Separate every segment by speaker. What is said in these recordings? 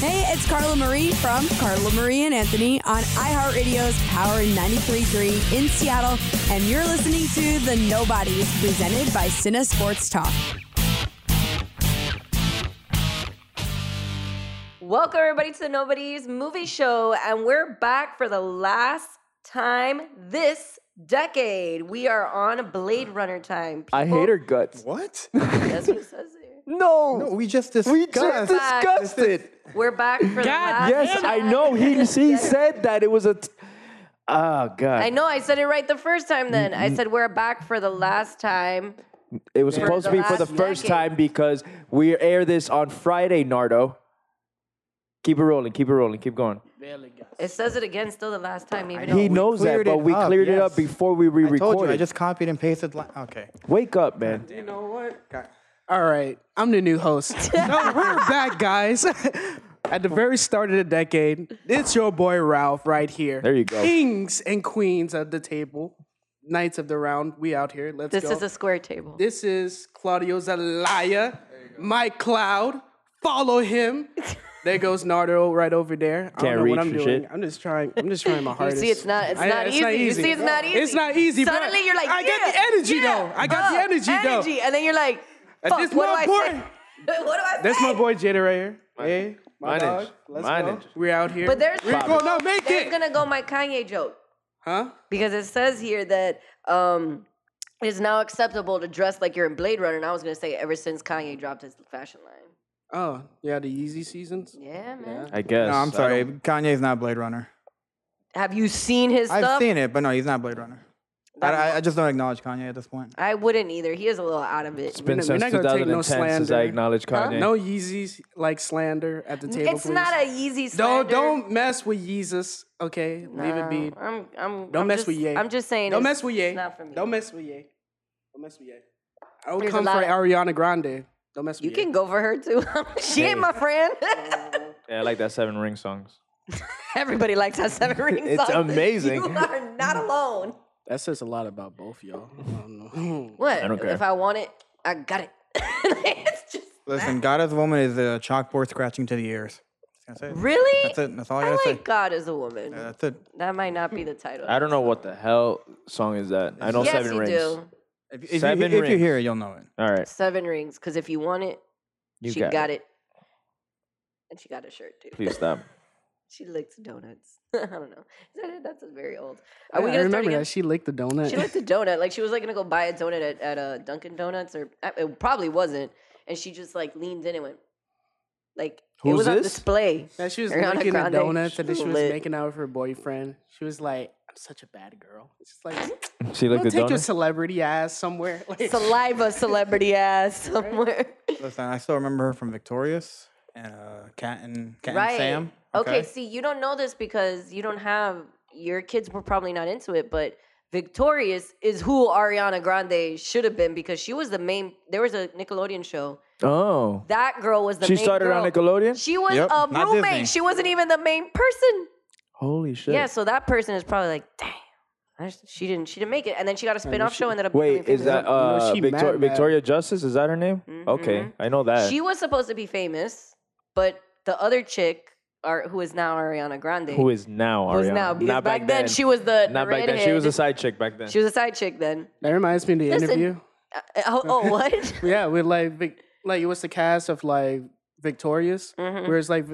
Speaker 1: Hey, it's Carla Marie from Carla Marie and Anthony on iHeartRadio's Power 93.3 in Seattle, and you're listening to The Nobodies, presented by Cine Sports Talk.
Speaker 2: Welcome, everybody, to the Nobody's Movie Show, and we're back for the last time this decade. We are on Blade Runner time.
Speaker 3: I hate her guts.
Speaker 4: What?
Speaker 2: That's what it says here.
Speaker 3: No,
Speaker 4: No, we just discussed.
Speaker 3: we just
Speaker 2: back.
Speaker 3: discussed it.
Speaker 2: We're back for the last
Speaker 3: Yes, I
Speaker 2: time.
Speaker 3: know. He he said that it was a. T- oh God!
Speaker 2: I know I said it right the first time then. I said we're back for the last time.
Speaker 3: It was supposed to
Speaker 2: the
Speaker 3: be for the
Speaker 2: last
Speaker 3: first
Speaker 2: decade.
Speaker 3: time because we air this on Friday, Nardo. Keep it rolling. Keep it rolling. Keep going.
Speaker 2: It says it again, still the last time, even
Speaker 3: he
Speaker 2: though we-
Speaker 3: knows that,
Speaker 4: cleared
Speaker 3: but
Speaker 4: it
Speaker 3: we
Speaker 4: up,
Speaker 3: cleared it up
Speaker 4: yes.
Speaker 3: before we
Speaker 4: I told you.
Speaker 3: re-recorded.
Speaker 4: I just copied and pasted. Li- okay.
Speaker 3: Wake up, man.
Speaker 5: You know what? All right, I'm the new host. no, we're back, guys. At the very start of the decade, it's your boy Ralph right here.
Speaker 3: There you go.
Speaker 5: Kings and queens at the table, knights of the round. We out here. Let's
Speaker 2: this
Speaker 5: go.
Speaker 2: is a square table.
Speaker 5: this is Claudio Zelaya, Mike Cloud. Follow him. There goes Nardo right over there. I don't
Speaker 3: Can't
Speaker 5: know
Speaker 3: reach
Speaker 5: what I'm
Speaker 3: for
Speaker 5: doing.
Speaker 3: shit.
Speaker 5: I'm just trying. I'm just trying my hardest.
Speaker 2: See, it's not. It's
Speaker 5: I-
Speaker 2: not easy. You see, it's not easy.
Speaker 5: It's not easy. but
Speaker 2: Suddenly, you're like,
Speaker 5: I got the
Speaker 2: yeah,
Speaker 5: energy
Speaker 2: yeah,
Speaker 5: though. I got the
Speaker 2: uh,
Speaker 5: energy,
Speaker 2: energy, and then you're like,
Speaker 5: Uh,
Speaker 2: fuck,
Speaker 5: this
Speaker 2: what
Speaker 5: my
Speaker 2: do I
Speaker 5: boy.
Speaker 2: say? what do I say?
Speaker 5: That's my boy Jada right here. Hey, my
Speaker 3: Mine
Speaker 5: dog.
Speaker 3: is.
Speaker 5: Let's
Speaker 3: Mine
Speaker 5: go.
Speaker 3: is.
Speaker 5: We're out here.
Speaker 2: But there's-
Speaker 5: we're going to make
Speaker 2: There's
Speaker 5: it.
Speaker 2: gonna go my Kanye joke
Speaker 5: huh?
Speaker 2: because it says here that um, it is now acceptable to dress like you're in Blade Runner, and I was gonna say ever since Kanye dropped his fashion line.
Speaker 5: Oh yeah, the Yeezy seasons.
Speaker 2: Yeah, man.
Speaker 3: I guess.
Speaker 4: No, I'm
Speaker 3: I
Speaker 4: sorry.
Speaker 3: don't-
Speaker 4: Kanye's not Blade Runner.
Speaker 2: Have you seen his
Speaker 4: I've
Speaker 2: stuff?
Speaker 4: seen it, but no, he's not Blade Runner. I, I, I just don't acknowledge Kanye at this point.
Speaker 2: I wouldn't either. He is a little out of it.
Speaker 3: It's been
Speaker 5: We're
Speaker 3: since
Speaker 5: not gonna take
Speaker 3: 2010
Speaker 5: no
Speaker 3: since I
Speaker 5: slander.
Speaker 3: acknowledged Kanye.
Speaker 5: No Yeezys like slander at the table.
Speaker 2: It's
Speaker 5: please.
Speaker 2: not a Yeezy slander.
Speaker 5: Don't don't mess with Yeezus. Okay, leave it be.
Speaker 2: I'm, I'm,
Speaker 5: Don't
Speaker 2: I'm
Speaker 5: mess
Speaker 2: just,
Speaker 5: with Ye.
Speaker 2: I'm just saying.
Speaker 5: Don't
Speaker 2: it's-
Speaker 5: mess with Ye.
Speaker 2: It's not for me.
Speaker 5: Don't mess with Ye. Don't mess with Ye. I don't
Speaker 2: There's a
Speaker 5: come
Speaker 2: lot
Speaker 5: for
Speaker 2: of-
Speaker 5: Ariana Grande. Don't mess with
Speaker 2: You
Speaker 5: Ye.
Speaker 2: can go for her too. she ain't my friend.
Speaker 3: Yeah, I like that Seven Ring songs.
Speaker 2: Everybody likes that seven ring
Speaker 3: It's
Speaker 2: song.
Speaker 3: amazing.
Speaker 2: You are not alone.
Speaker 5: That says a lot about both y'all. I don't know.
Speaker 2: What?
Speaker 3: I don't care.
Speaker 2: If I want it, I got it. it's just
Speaker 4: Listen, God as a Woman is a chalkboard scratching to the ears. That's it.
Speaker 2: really.
Speaker 4: That's it. That's all I
Speaker 2: I
Speaker 4: gotta
Speaker 2: like
Speaker 4: say.
Speaker 2: God as a woman.
Speaker 4: Yeah, That's it.
Speaker 2: that might not be the title.
Speaker 3: I don't know what the hell song is that. I know
Speaker 2: yes,
Speaker 3: Seven
Speaker 2: you
Speaker 3: Rings.
Speaker 2: do.
Speaker 4: If, if,
Speaker 3: Seven
Speaker 4: you, if you
Speaker 3: rings.
Speaker 4: hear it, you'll know it.
Speaker 3: All right,
Speaker 2: Seven rings. Because if you want it,
Speaker 3: you
Speaker 2: she
Speaker 3: got, it.
Speaker 2: And she got a shirt too.
Speaker 3: Please stop.
Speaker 2: She licked donuts. I don't know. Is that it? That's very old. Are
Speaker 5: Yeah,
Speaker 2: we gonna
Speaker 5: I
Speaker 2: start
Speaker 5: remember
Speaker 2: again?
Speaker 5: that she licked the donut.
Speaker 2: She licked a donut. Like she was like gonna go buy a donut at, at uh, Dunkin' Donuts, or uh, it probably wasn't. And she just like leaned in and went, like it
Speaker 3: Who's
Speaker 2: was on
Speaker 3: this?
Speaker 2: display.
Speaker 5: That she was
Speaker 2: Ariana
Speaker 5: making
Speaker 2: Grande.
Speaker 5: the donuts and then
Speaker 2: She
Speaker 5: she was
Speaker 2: lit.
Speaker 5: making out with her boyfriend. She was like, I'm such a bad girl. It's just like,
Speaker 3: She
Speaker 5: don't
Speaker 3: looked at
Speaker 5: take your
Speaker 3: Donna.
Speaker 5: celebrity ass somewhere. Like,
Speaker 2: Saliva celebrity ass somewhere.
Speaker 4: Listen, I still remember her from Victorious and uh, Cat and Cat
Speaker 2: right.
Speaker 4: and Sam.
Speaker 2: okay, see, you don't know this because you don't have your kids were probably not into it, but Victorious is who Ariana Grande should have been because she was the main. There was a Nickelodeon show.
Speaker 3: Oh,
Speaker 2: That girl was the
Speaker 3: she
Speaker 2: main
Speaker 3: started on
Speaker 2: girl.
Speaker 3: Nickelodeon.
Speaker 2: She was
Speaker 4: Yep,
Speaker 2: a
Speaker 4: not Disney.
Speaker 2: roommate. She wasn't even the main person.
Speaker 3: Holy shit.
Speaker 2: Yeah, so that person is probably like, dang, I just- she didn't, she didn't make it, and then she got a spin-off show and ended up.
Speaker 3: Wait,
Speaker 2: becoming
Speaker 3: is that
Speaker 5: You know,
Speaker 3: uh,
Speaker 5: she
Speaker 3: Victor-
Speaker 5: mad, mad.
Speaker 3: Victoria Justice? Is that her name? Okay, I know
Speaker 2: famous.
Speaker 3: that.
Speaker 2: Mm-hmm. She was supposed to be famous, but the other chick, are, who is now Ariana Grande,
Speaker 3: Who is now
Speaker 2: was
Speaker 3: Ariana?
Speaker 2: now because
Speaker 3: Not
Speaker 2: back, then, she was the
Speaker 3: not back then. She was a side chick back then.
Speaker 2: she was a side chick then.
Speaker 5: that reminds me of the
Speaker 2: Listen.
Speaker 5: interview.
Speaker 2: Uh, oh, oh, what?
Speaker 5: Yeah, with like, Vic, like it was the cast of like Victorious,
Speaker 2: Mm-hmm.
Speaker 5: where it's like,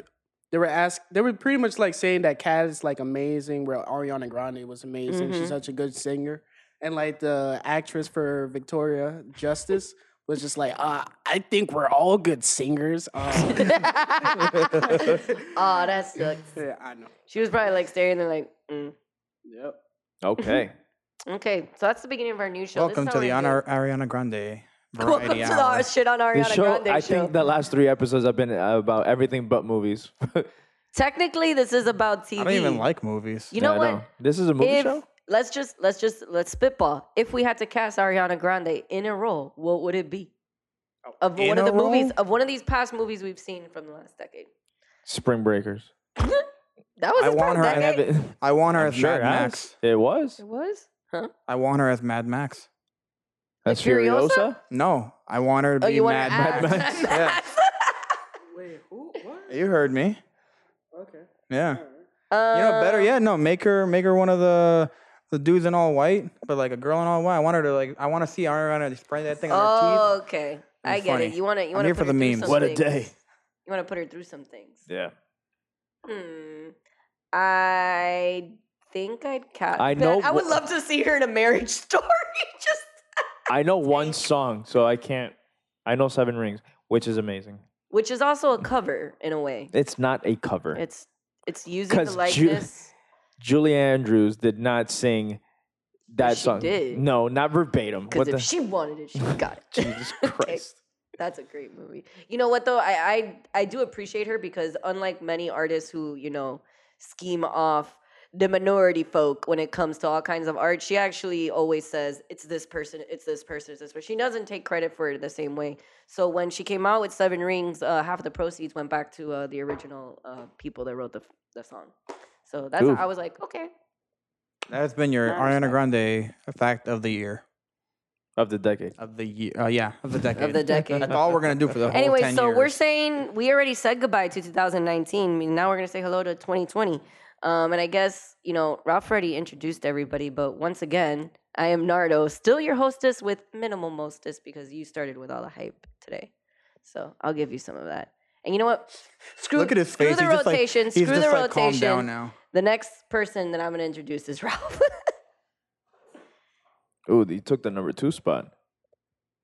Speaker 5: they were asked, they were pretty much like saying that Kat is like amazing, where Ariana Grande was amazing.
Speaker 2: Mm-hmm.
Speaker 5: She's such a good singer. And like the actress for Victoria Justice was just like, uh, I think we're all good singers. Uh,
Speaker 2: oh, that sucks.
Speaker 5: yeah, I know.
Speaker 2: She was probably like staring there, like, mm.
Speaker 5: Yep.
Speaker 3: okay.
Speaker 2: okay. So that's the beginning of our new show. This is
Speaker 4: Welcome
Speaker 2: how
Speaker 4: to the
Speaker 2: we're gonna do
Speaker 4: Ana- Ariana Grande
Speaker 2: it. Welcome
Speaker 4: Variety
Speaker 2: to
Speaker 4: Hour.
Speaker 2: the shit on
Speaker 3: The
Speaker 2: Ariana
Speaker 3: show.
Speaker 2: Grande
Speaker 3: I
Speaker 2: show.
Speaker 3: think the last three episodes have been uh, about everything but movies.
Speaker 2: Technically, this is about TV.
Speaker 4: I don't even like movies.
Speaker 2: You know
Speaker 3: I
Speaker 2: what?
Speaker 3: This is a movie
Speaker 2: if
Speaker 3: show.
Speaker 2: let's just let's just let's spitball. If we had to cast Ariana Grande in a role, what would it be?
Speaker 3: Oh,
Speaker 2: Of
Speaker 4: in
Speaker 2: one of
Speaker 4: a
Speaker 2: the movies,
Speaker 4: role?
Speaker 2: of one of these past movies we've seen from the last decade.
Speaker 3: Spring Breakers.
Speaker 2: That was
Speaker 4: I
Speaker 2: his
Speaker 4: want her.
Speaker 2: past
Speaker 4: I
Speaker 2: decade.
Speaker 4: have
Speaker 2: it.
Speaker 4: it. I want her
Speaker 3: I'm
Speaker 4: as
Speaker 3: sure
Speaker 4: Mad
Speaker 3: it has.
Speaker 4: Max.
Speaker 3: It was.
Speaker 2: was. Huh?
Speaker 4: I want her as Mad Max.
Speaker 3: That's
Speaker 2: Furiosa?
Speaker 3: Furiosa.
Speaker 4: No, I want her to
Speaker 2: Oh,
Speaker 4: be
Speaker 2: you want
Speaker 4: Mad
Speaker 2: to add?
Speaker 4: Mad Max. Yeah.
Speaker 5: Wait, who? What?
Speaker 4: You heard me. Yeah.
Speaker 2: Uh,
Speaker 4: You know, better yet, no, make her make her one of the the dudes in all white, but like a girl in all white. I want her to like I want to see Ariana spray that thing on her
Speaker 2: Oh,
Speaker 4: teeth.
Speaker 2: okay.
Speaker 4: It'd
Speaker 2: I
Speaker 4: be
Speaker 2: get it.
Speaker 4: funny.
Speaker 2: You want to you
Speaker 4: I'm
Speaker 2: want to
Speaker 4: here
Speaker 2: put
Speaker 4: for
Speaker 2: her
Speaker 4: the
Speaker 2: through
Speaker 4: memes.
Speaker 2: some
Speaker 3: What a
Speaker 2: things.
Speaker 3: day.
Speaker 2: You want to put her through some things.
Speaker 3: Yeah.
Speaker 2: Hmm. I think I'd cat.
Speaker 3: I
Speaker 2: I
Speaker 3: know
Speaker 2: know. I would
Speaker 3: wh-
Speaker 2: love to see her in a marriage story. Just
Speaker 3: I know one song, so I can't. I know Seven Rings, which is amazing.
Speaker 2: which is also a cover in a way.
Speaker 3: It's not a cover.
Speaker 2: It's it's using the
Speaker 3: 'Cause Ju-
Speaker 2: likeness.
Speaker 3: Julie Andrews did not sing that
Speaker 2: she
Speaker 3: song.
Speaker 2: did.
Speaker 3: No, not verbatim. What
Speaker 2: Because if
Speaker 3: the
Speaker 2: she wanted it, she got it.
Speaker 3: Jesus
Speaker 2: Okay.
Speaker 3: Christ.
Speaker 2: That's a great movie. You know what though? I, I I do appreciate her because unlike many artists who, you know, scheme off the minority folk when it comes to all kinds of art, she actually always says, It's this person, it's this person, it's this person. She doesn't take credit for it the same way. So when she came out with Seven Rings, uh, half of the proceeds went back to uh, the original uh, people that wrote the the song. So that's
Speaker 3: Ooh.
Speaker 2: I was like, okay.
Speaker 4: That's been your
Speaker 2: I
Speaker 4: Ariana Grande fact of the year.
Speaker 3: Of the decade.
Speaker 4: Of the year. Uh, yeah, of the decade.
Speaker 2: the decade.
Speaker 4: That's all we're going to do for the whole
Speaker 2: Anyway,
Speaker 4: 10
Speaker 2: so
Speaker 4: years.
Speaker 2: we're saying we already said goodbye to 2019. I mean, now we're gonna say hello to 2020. Um, and I guess you know Ralph already introduced everybody, but once again, I am Nardo, still your hostess with minimal mostess because you started with all the hype today. So I'll give you some of that. And you know what? Screw,
Speaker 4: Look at his
Speaker 2: screw
Speaker 4: face.
Speaker 2: the
Speaker 4: he's just like-
Speaker 2: rotation.
Speaker 4: he's
Speaker 2: screw
Speaker 4: just
Speaker 2: the
Speaker 4: like,
Speaker 2: rotation.
Speaker 4: Calm down now.
Speaker 2: The next person that I'm gonna introduce is Ralph.
Speaker 3: Ooh, you took the number two spot.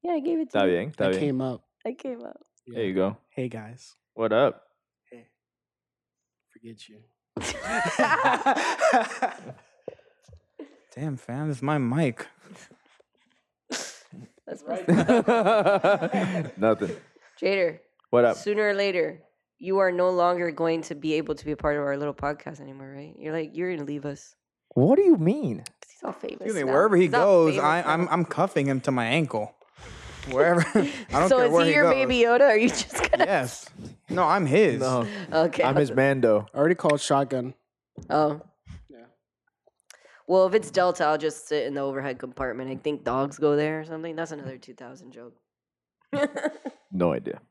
Speaker 2: yeah, I gave it to
Speaker 3: Está
Speaker 2: you.
Speaker 3: bien, está
Speaker 5: That
Speaker 3: bien.
Speaker 5: came up.
Speaker 2: I came up.
Speaker 3: There you go.
Speaker 5: Hey guys,
Speaker 3: What up?
Speaker 5: forget you.
Speaker 4: Damn, fam, this is my mic.
Speaker 2: That's right.
Speaker 3: Nothing.
Speaker 2: Jader.
Speaker 3: What up?
Speaker 2: sooner or later you are no longer going to be able to be a part of our little podcast anymore right you're like you're gonna leave us
Speaker 3: What do you mean?
Speaker 2: 'Cause he's all famous
Speaker 4: Excuse me,
Speaker 2: now.
Speaker 4: wherever he
Speaker 2: He's all
Speaker 4: goes,
Speaker 2: famous
Speaker 4: I, I'm
Speaker 2: now.
Speaker 4: I'm cuffing him to my ankle. Wherever. I don't
Speaker 2: so
Speaker 4: care
Speaker 2: is
Speaker 4: where
Speaker 2: he your
Speaker 4: goes.
Speaker 2: baby yoda are you just gonna
Speaker 4: Yes. No, I'm his.
Speaker 3: No,
Speaker 2: okay
Speaker 3: I'm his Mando.
Speaker 5: I already called shotgun.
Speaker 2: oh
Speaker 5: Yeah.
Speaker 2: well if it's delta i'll just sit in the overhead compartment i think dogs go there or something that's another 2000 joke
Speaker 3: No idea.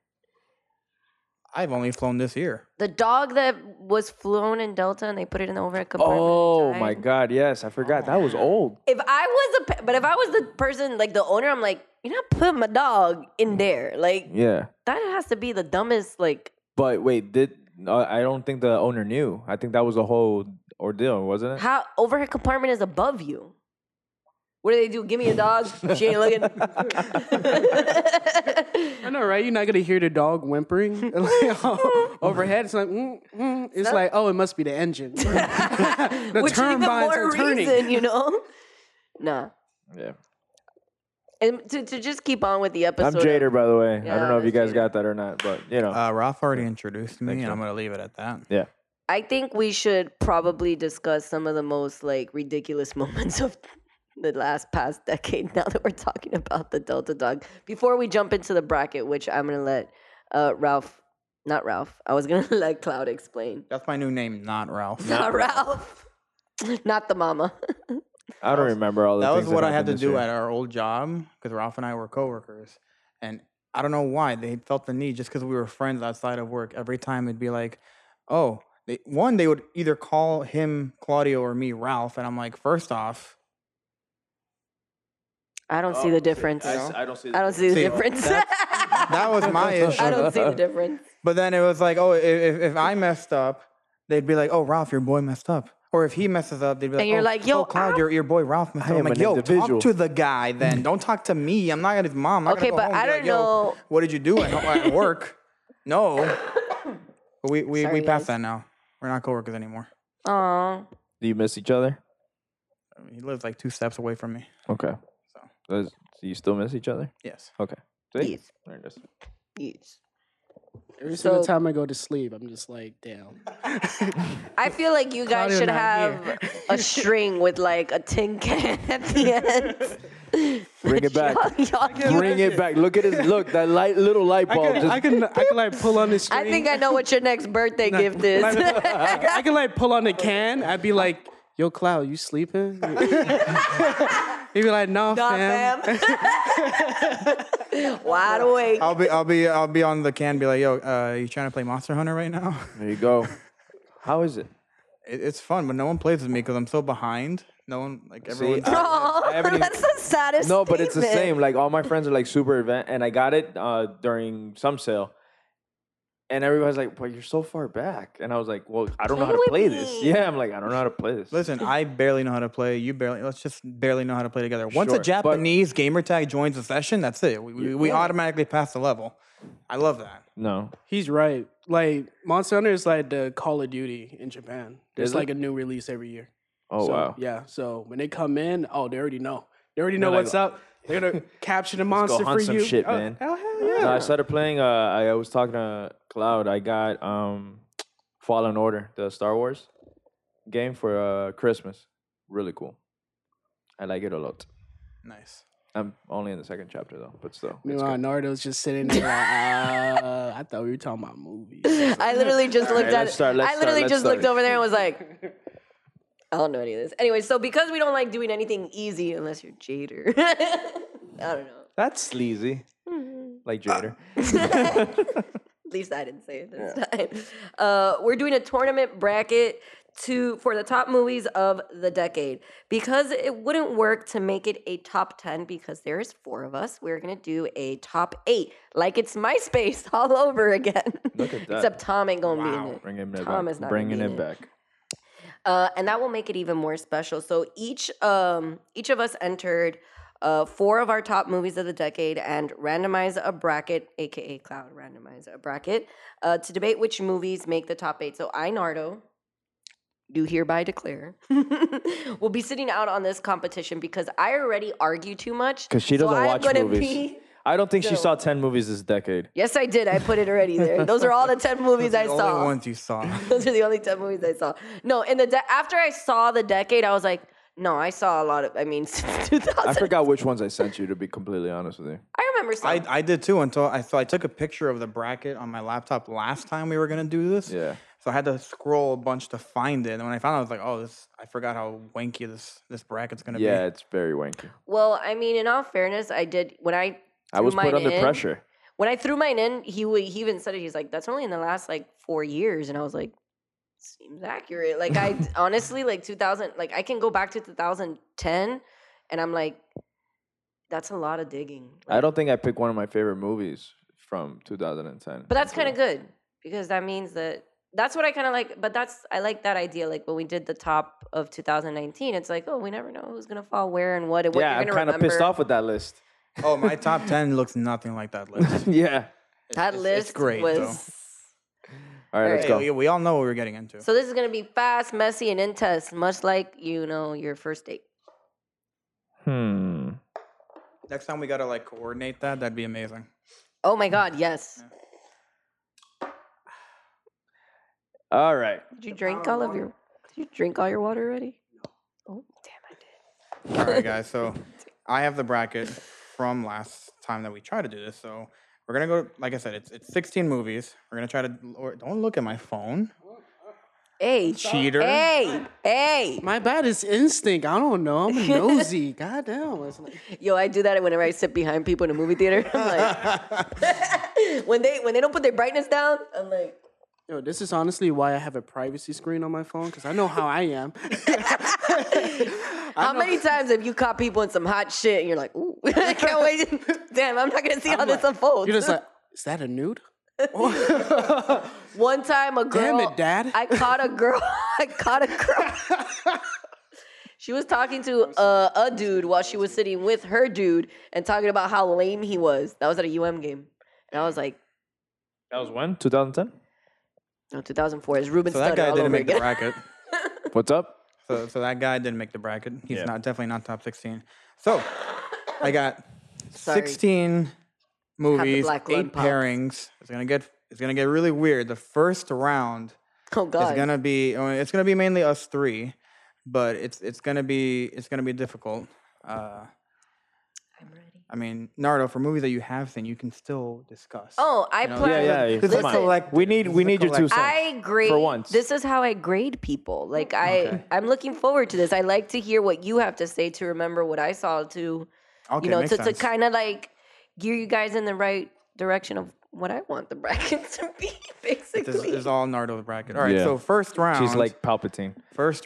Speaker 4: I've only flown this year.
Speaker 2: the dog that was flown in delta and they put it in the overhead compartment and
Speaker 3: Oh
Speaker 2: died.
Speaker 3: my God! Yes, I forgot. That was old.
Speaker 2: if I was a, pe- but if I was the person like the owner, I'm like, you're not putting my dog in there. Like
Speaker 3: Yeah,
Speaker 2: that has to be the dumbest. Like
Speaker 3: but wait, did uh, I don't think the owner knew? I think that was a whole ordeal, wasn't it?
Speaker 2: how overhead compartment is above you. What do they do? Give me a dog. She ain't looking.
Speaker 5: I know, right? You're not gonna hear the dog whimpering overhead. It's like, mm, mm. it's
Speaker 2: That-
Speaker 5: like, oh, it must be the engine. the
Speaker 2: Which is even
Speaker 5: turbines
Speaker 2: more
Speaker 5: are turning.
Speaker 2: reason, you know. Nah,
Speaker 3: Yeah.
Speaker 2: and to, to just keep on with the
Speaker 3: I'm
Speaker 2: episode. of-
Speaker 3: Jader, by the way. I
Speaker 2: Yeah,
Speaker 3: don't know if you
Speaker 2: that's
Speaker 3: guys
Speaker 2: Jader.
Speaker 3: got that or not, but you know.
Speaker 4: Uh, Ralph already introduced me,
Speaker 3: Thanks,
Speaker 4: and I'm
Speaker 3: John.
Speaker 4: going to leave it at that.
Speaker 3: yeah.
Speaker 2: I think we should probably discuss some of the most like ridiculous moments of the last past decade now that we're talking about the Delta dog before we jump into the bracket, which I'm gonna let uh, Ralph, not Ralph, I was gonna let Cloud explain.
Speaker 4: That's my new name, not Ralph.
Speaker 2: Not Ralph, not the mama.
Speaker 3: I don't remember all the
Speaker 4: that was
Speaker 3: things
Speaker 4: what I had
Speaker 3: happened
Speaker 4: to
Speaker 3: this
Speaker 4: do
Speaker 3: year.
Speaker 4: at our old job because Ralph and I were coworkers, and I don't know why they felt the need just because we were friends outside of work. Every time it'd be like, oh, they, one they would either call him Claudio or me Ralph, and I'm like, first off,
Speaker 2: I don't see the difference.
Speaker 3: Oh, I,
Speaker 2: I,
Speaker 3: s- I don't see.
Speaker 2: don't see the
Speaker 4: See,
Speaker 2: difference.
Speaker 4: that was my issue.
Speaker 2: I don't see the difference.
Speaker 4: But then it was like, oh, i- if, if I messed up, they'd be like, oh, Ralph, your boy messed up. Or if he messes up, they'd be like,
Speaker 2: And you're
Speaker 4: oh,
Speaker 2: like, yo,
Speaker 4: oh, Cloud, your, your boy Ralph messed
Speaker 3: I
Speaker 4: up.
Speaker 3: am
Speaker 4: I'm like,
Speaker 3: an
Speaker 4: yo,
Speaker 3: individual."
Speaker 4: talk to the guy then. Don't talk to me. I'm not his mom. I'm not
Speaker 2: Okay,
Speaker 4: gonna go
Speaker 2: but
Speaker 4: home
Speaker 2: I
Speaker 4: and
Speaker 2: don't
Speaker 4: be like, yo,
Speaker 2: know.
Speaker 4: What did you do at, at work? No. But we, we,
Speaker 2: Sorry,
Speaker 4: we
Speaker 2: guys.
Speaker 4: passed that now. We're not coworkers anymore.
Speaker 2: Aw.
Speaker 3: Do you miss each other?
Speaker 4: I mean, He lives like two steps away from me.
Speaker 3: Okay. So,
Speaker 4: So.
Speaker 3: you still miss each other?
Speaker 4: Yes.
Speaker 3: Okay. See?
Speaker 2: Yes.
Speaker 3: There it is.
Speaker 2: Yes.
Speaker 5: Every single
Speaker 2: So-
Speaker 5: time I go to sleep, I'm just like, damn.
Speaker 2: I feel like you guys
Speaker 5: Claudio
Speaker 2: should
Speaker 5: not
Speaker 2: have a string with like a tin can at the end.
Speaker 3: Bring it back.
Speaker 2: Y'all- y'all-
Speaker 3: Bring it back. Look at his look. That light, little light
Speaker 5: I
Speaker 3: bulb.
Speaker 5: can,
Speaker 3: just,
Speaker 5: I can, Oh, I can like pull on the
Speaker 2: I
Speaker 5: string.
Speaker 2: think I know what your next birthday gift is.
Speaker 5: I, I can like pull on the can. I'd be like, yo, Cloud, you sleeping? He'd be like, no,
Speaker 2: Nah,
Speaker 5: fam.
Speaker 2: fam. Wide awake.
Speaker 4: I'll be I'll be I'll be on the can be like, yo, uh, you trying to play Monster Hunter right now?
Speaker 3: There you go. How is it?
Speaker 4: It, it's fun, but no one plays with me because I'm so behind. No one like everyone.
Speaker 3: I- I haven't even-
Speaker 2: that's the saddest.
Speaker 3: No, but it's the
Speaker 2: statement.
Speaker 3: same. Like all my friends are like super event, and I got it uh, during some sale, and everybody's like, "But you're so far back," and I was like, "Well, I don't know how
Speaker 2: Play
Speaker 3: to play
Speaker 2: with
Speaker 3: this."
Speaker 2: me.
Speaker 3: Yeah, I'm like, I don't know how to play this.
Speaker 4: Listen, I barely know how to play. You barely. Let's just barely know how to play together. Once
Speaker 3: Sure,
Speaker 4: a
Speaker 3: but-
Speaker 4: Japanese gamer tag joins the session, that's it. We, we, we
Speaker 3: Yeah.
Speaker 4: automatically pass the level. I love that.
Speaker 3: No,
Speaker 5: He's right. Like Monster Hunter is like the Call of Duty in Japan. There's
Speaker 3: Is it?
Speaker 5: like a new release every year.
Speaker 3: oh
Speaker 5: So,
Speaker 3: wow,
Speaker 5: Yeah. So when they come in, oh, they already know. They already know
Speaker 3: They're like,
Speaker 5: what's up. They're gonna capture the
Speaker 3: Let's go
Speaker 5: monster
Speaker 3: hunt
Speaker 5: for
Speaker 3: some
Speaker 5: you.
Speaker 3: shit,
Speaker 5: oh,
Speaker 3: man.
Speaker 5: hell hell yeah.
Speaker 3: No, I started playing. Uh, I, I was talking to Cloud. I got um, Fallen Order, the Star Wars game for uh, Christmas. Really cool. I like it a lot.
Speaker 4: Nice.
Speaker 3: I'm only in the second chapter though, but still. it's
Speaker 5: Meanwhile,
Speaker 3: good.
Speaker 5: Naruto's just sitting there like, uh, I thought we were talking about movies.
Speaker 2: I literally just looked
Speaker 3: right,
Speaker 2: at.
Speaker 3: let's start, let's
Speaker 2: I literally
Speaker 3: start,
Speaker 2: just looked
Speaker 3: let's start.
Speaker 2: over there and was like, I don't know any of this. Anyway, so because we don't like doing anything easy unless you're Jader. I don't know.
Speaker 3: That's sleazy, like Jader.
Speaker 2: At least I didn't say it this time. Uh, we're doing a tournament bracket to for the top movies of the decade because it wouldn't work to make it a top ten because there is four of us. We're gonna do a top eight, like it's MySpace all over again.
Speaker 3: Look at that.
Speaker 2: Except Tom ain't gonna be in it.
Speaker 3: Bringing it
Speaker 2: Tom
Speaker 3: back.
Speaker 2: is not gonna
Speaker 3: Bringing
Speaker 2: be in
Speaker 3: it back.
Speaker 2: uh, and that will make it even more special. So each um, each of us entered uh, four of our top movies of the decade and randomized a bracket, aka Cloud randomized a bracket, uh, to debate which movies make the top eight. So I Nardo do hereby declare will be sitting out on this competition because I already argue too much.
Speaker 3: 'Cause she
Speaker 2: so
Speaker 3: doesn't
Speaker 2: I'm
Speaker 3: watch
Speaker 2: gonna
Speaker 3: movies.
Speaker 2: be-
Speaker 3: I don't think
Speaker 2: No.
Speaker 3: she saw ten movies this decade.
Speaker 2: yes, I did. I put it already there. Those are all the ten movies I
Speaker 4: the
Speaker 2: saw.
Speaker 4: only ones you saw.
Speaker 2: Those are the only 10 movies I saw. No, in the de- after I saw the decade, I was like, no, I saw a lot of. I mean, since 2000.
Speaker 3: I forgot which ones I sent you. To be completely honest with you,
Speaker 2: I remember some.
Speaker 4: I, I did too until I so I took a picture of the bracket on my laptop last time we were gonna do this.
Speaker 3: Yeah.
Speaker 4: So I had to scroll a bunch to find it, and when I found it, I was like, "Oh, this! I forgot how wanky this this bracket's gonna
Speaker 3: yeah,
Speaker 4: be."
Speaker 3: it's very wanky.
Speaker 2: well, I mean, in all fairness, I did when I.
Speaker 3: I
Speaker 2: threw
Speaker 3: was put
Speaker 2: mine
Speaker 3: under
Speaker 2: in-
Speaker 3: pressure.
Speaker 2: When I threw mine in, he wa- he even said it. He's like, that's only in the last like four years, and I was like, seems accurate. Like I honestly like 2000. Like I can go back to 2010, and I'm like, that's a lot of digging.
Speaker 3: I don't think I picked one of my favorite movies from 2010.
Speaker 2: But that's kind of good because that means that that's what I kind of like. But that's I like that idea. Like when we did the top of 2019, it's like, oh, we never know who's gonna fall where and what and what
Speaker 3: yeah,
Speaker 2: you're
Speaker 3: I'm
Speaker 2: gonna
Speaker 3: kind of
Speaker 2: remember.
Speaker 3: pissed off with that list.
Speaker 4: oh, my top ten looks nothing like that list.
Speaker 3: yeah.
Speaker 2: That
Speaker 4: It's-
Speaker 2: list
Speaker 4: it's great,
Speaker 2: was.
Speaker 4: though.
Speaker 3: All right, let's
Speaker 4: Hey,
Speaker 3: go.
Speaker 4: we, we all know what we're getting into.
Speaker 2: So this is gonna be fast, messy, and intense, much like you know your first date.
Speaker 3: Hmm.
Speaker 4: Next time we gotta like coordinate that. That'd be amazing.
Speaker 2: Oh
Speaker 4: Mm.
Speaker 2: my God, yes.
Speaker 3: All right.
Speaker 2: Did you drink all of your? Did you drink all your water already? Oh damn, I did.
Speaker 4: All right, guys. So I have the bracket from last time that we tried to do this. So we're gonna go. Like I said, it's it's 16 movies. We're gonna try to. Or, don't look at my phone,
Speaker 2: Hey,
Speaker 4: cheater.
Speaker 2: hey, hey.
Speaker 5: My bad. It's instinct. I don't know. I'm nosy. Goddamn. It's like-
Speaker 2: Yo, I do that whenever I sit behind people in a movie theater. I'm like, when they when they don't put their brightness down, I'm like,
Speaker 5: Yo, this is honestly why I have a privacy screen on my phone because I know how I am.
Speaker 2: how many times have you caught people in some hot shit and you're like, ooh, I can't wait. Damn, I'm not gonna see how this unfolds.
Speaker 5: You're just like, is that a nude?
Speaker 2: One time a girl.
Speaker 5: Damn it, Dad.
Speaker 2: I caught a girl. I caught a girl. she was talking to uh, a dude while she was sitting with her dude and talking about how lame he was. That was at a UM game, and I was like,
Speaker 3: That was when? 2010.
Speaker 2: no, 2004 is Ruben
Speaker 4: So
Speaker 2: Studdard
Speaker 4: that guy
Speaker 2: all
Speaker 4: didn't
Speaker 2: over
Speaker 4: make the
Speaker 2: again.
Speaker 4: bracket.
Speaker 3: What's up?
Speaker 4: So, so that guy didn't make the bracket. He's
Speaker 3: Yeah.
Speaker 4: not definitely not top 16. So I got
Speaker 2: Sorry.
Speaker 4: 16 movies,
Speaker 2: black lung
Speaker 4: eight
Speaker 2: pops.
Speaker 4: pairings. It's gonna get it's gonna get really weird. The first round
Speaker 2: Oh God.
Speaker 4: is gonna be I mean, it's gonna be mainly us three, but it's it's gonna be it's gonna be difficult. Uh,
Speaker 2: I'm ready.
Speaker 4: I mean, Nardo, for movies that you have seen, you can still discuss.
Speaker 2: Oh, I
Speaker 4: know,
Speaker 2: plan.
Speaker 4: Yeah,
Speaker 3: Yeah, yeah.
Speaker 4: This
Speaker 2: is
Speaker 3: Come on.
Speaker 2: collect-
Speaker 3: We need
Speaker 4: this
Speaker 3: we
Speaker 4: is a
Speaker 3: need your two
Speaker 4: collect-
Speaker 3: cents.
Speaker 2: I grade
Speaker 3: once.
Speaker 2: This is how I grade people. Like I,
Speaker 4: Okay.
Speaker 2: I'm looking forward to this. I like to hear what you have to say to remember what I saw to,
Speaker 4: okay,
Speaker 2: you know,
Speaker 4: makes
Speaker 2: to, to
Speaker 4: sense.
Speaker 2: kind of like gear you guys in the right direction of what I want the bracket to be,
Speaker 4: This
Speaker 2: basically.
Speaker 4: is all Nardo's bracket. All right,
Speaker 3: Yeah.
Speaker 4: so first round.
Speaker 3: She's like Palpatine.
Speaker 4: first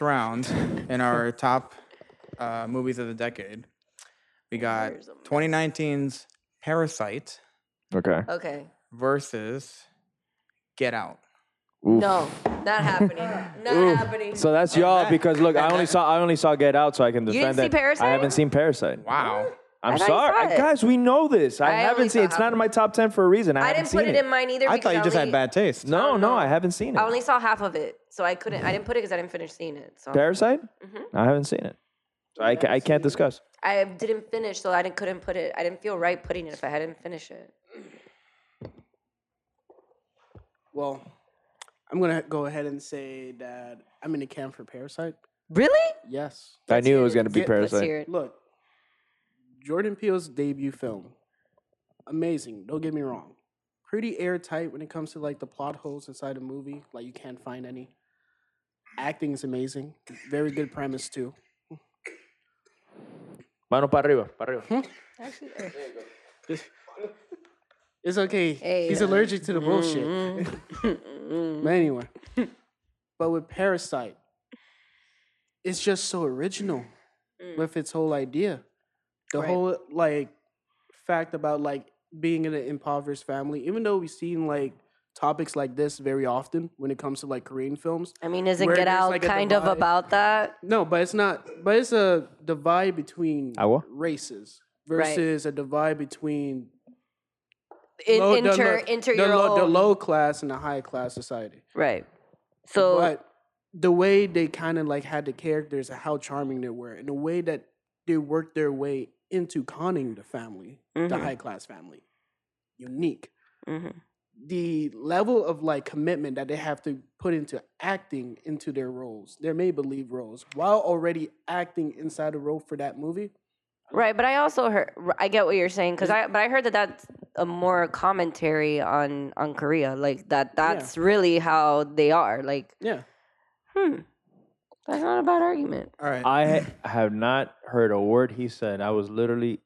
Speaker 4: round in our top uh, movies of the decade. We got
Speaker 2: Where's the movie?
Speaker 4: 2019's Parasite
Speaker 3: Okay.
Speaker 2: okay.
Speaker 4: versus Get Out.
Speaker 2: No, not happening. Not happening.
Speaker 3: So that's y'all because look, I only saw I only saw Get Out, so I can
Speaker 2: didn't
Speaker 3: defend
Speaker 2: see
Speaker 3: that.
Speaker 2: Parasite?
Speaker 3: I haven't seen Parasite.
Speaker 4: Wow.
Speaker 3: I'm
Speaker 2: I thought you
Speaker 3: sorry,
Speaker 2: saw
Speaker 3: I-
Speaker 2: it.
Speaker 3: guys. We know this. I,
Speaker 2: I only
Speaker 3: haven't seen.
Speaker 2: saw
Speaker 3: it. It's not
Speaker 2: half
Speaker 3: in my top ten for a reason. I,
Speaker 2: I
Speaker 3: haven't
Speaker 2: didn't put
Speaker 3: seen
Speaker 2: it in mine either.
Speaker 4: I
Speaker 2: because
Speaker 4: thought you just
Speaker 2: only-
Speaker 4: had bad taste.
Speaker 3: No, no, I haven't seen it.
Speaker 2: I only saw half of it, so I couldn't. I didn't put it because I didn't finish seeing it. Mm-hmm. So
Speaker 3: Parasite? I haven't seen it. So I, ca- I can't discuss.
Speaker 2: I didn't finish, so I didn't, couldn't put it. I didn't feel right putting it if I hadn't finished it.
Speaker 5: Well, I'm gonna go ahead and say that I'm in the camp for Parasite.
Speaker 2: Really?
Speaker 5: Yes.
Speaker 3: I knew it was going to be
Speaker 5: Get-
Speaker 2: Let's hear it.
Speaker 3: Parasite.
Speaker 5: Look, Jordan Peele's debut film, amazing. Don't get me wrong. Pretty airtight when it comes to like the plot holes inside a movie. Like you can't find any. Acting is amazing. Very good premise too.
Speaker 3: Mano para arriba, para arriba.
Speaker 5: It's okay.
Speaker 2: Hey,
Speaker 5: He's
Speaker 2: uh, mm-hmm.
Speaker 5: allergic to the bullshit. but anyway, but with Parasite, it's just so original with its whole idea. The
Speaker 2: Mm. Right.
Speaker 5: whole like fact about like being in an impoverished family, even though we've seen like topics like this very often when it comes to like Korean films.
Speaker 2: I mean, isn't
Speaker 5: Where
Speaker 2: Get
Speaker 5: there's,
Speaker 2: Out
Speaker 5: like, a
Speaker 2: kind of
Speaker 5: divide.
Speaker 2: about that?
Speaker 5: No, but it's not. But it's a divide between
Speaker 3: Agua?
Speaker 5: races
Speaker 2: Right.
Speaker 5: versus a divide between
Speaker 2: In,
Speaker 5: low- the
Speaker 2: inter,
Speaker 5: low-
Speaker 2: inter
Speaker 5: the
Speaker 2: your
Speaker 5: low, the
Speaker 2: own-
Speaker 5: low class and the high class society.
Speaker 2: Right. So
Speaker 5: but the way they kind of like had the characters and how charming they were, and the way that they worked their way into conning the family, the
Speaker 2: Mhm.
Speaker 5: high class family, unique.
Speaker 2: Mhm.
Speaker 5: The level of like commitment that they have to put into acting into their roles, their made believe roles, while already acting inside the role for that movie.
Speaker 2: right, but I also heard. r- I get what you're saying because I, but I heard that that's a more commentary on on Korea, like that. That's really how they are. Like,
Speaker 5: Yeah,
Speaker 2: hmm, that's not a bad argument.
Speaker 4: All right.
Speaker 3: I ha- have not heard a word he said. I was literally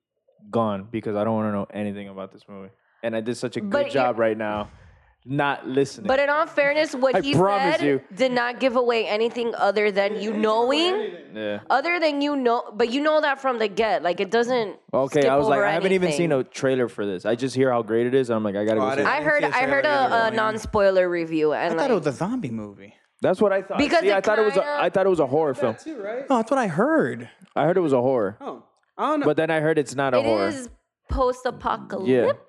Speaker 3: gone because I don't want to know anything about this movie. And I did such a good
Speaker 2: But you-
Speaker 3: job right now not listening.
Speaker 2: But in all fairness, what
Speaker 3: I
Speaker 2: he
Speaker 3: promise
Speaker 2: said
Speaker 3: you.
Speaker 2: did not give away anything other than you knowing,
Speaker 3: yeah.
Speaker 2: other than you know. But you know that from the get. Like it doesn't.
Speaker 3: Okay,
Speaker 2: skip
Speaker 3: I was like,
Speaker 2: over
Speaker 3: I haven't even seen
Speaker 2: anything.
Speaker 3: a trailer for this. I just hear how great it is. and I'm like, I gotta
Speaker 4: Oh, I
Speaker 3: go see
Speaker 4: didn't-
Speaker 3: it.
Speaker 2: I
Speaker 4: didn't
Speaker 2: heard.
Speaker 4: see a
Speaker 2: I heard
Speaker 4: trailer
Speaker 2: a, a
Speaker 4: either, yeah.
Speaker 2: non-spoiler review, and
Speaker 4: I
Speaker 2: like,
Speaker 4: thought it was a zombie movie.
Speaker 3: That's what I thought.
Speaker 2: Because
Speaker 3: See,
Speaker 2: it
Speaker 3: I thought it was. A,
Speaker 2: kinda-
Speaker 3: I thought it was a horror film.
Speaker 5: too, right?
Speaker 4: No, that's what I heard.
Speaker 3: I heard it was a horror,
Speaker 5: Oh, I don't know.
Speaker 3: but then I heard it's not a
Speaker 2: It
Speaker 3: horror.
Speaker 2: is post-apocalyptic,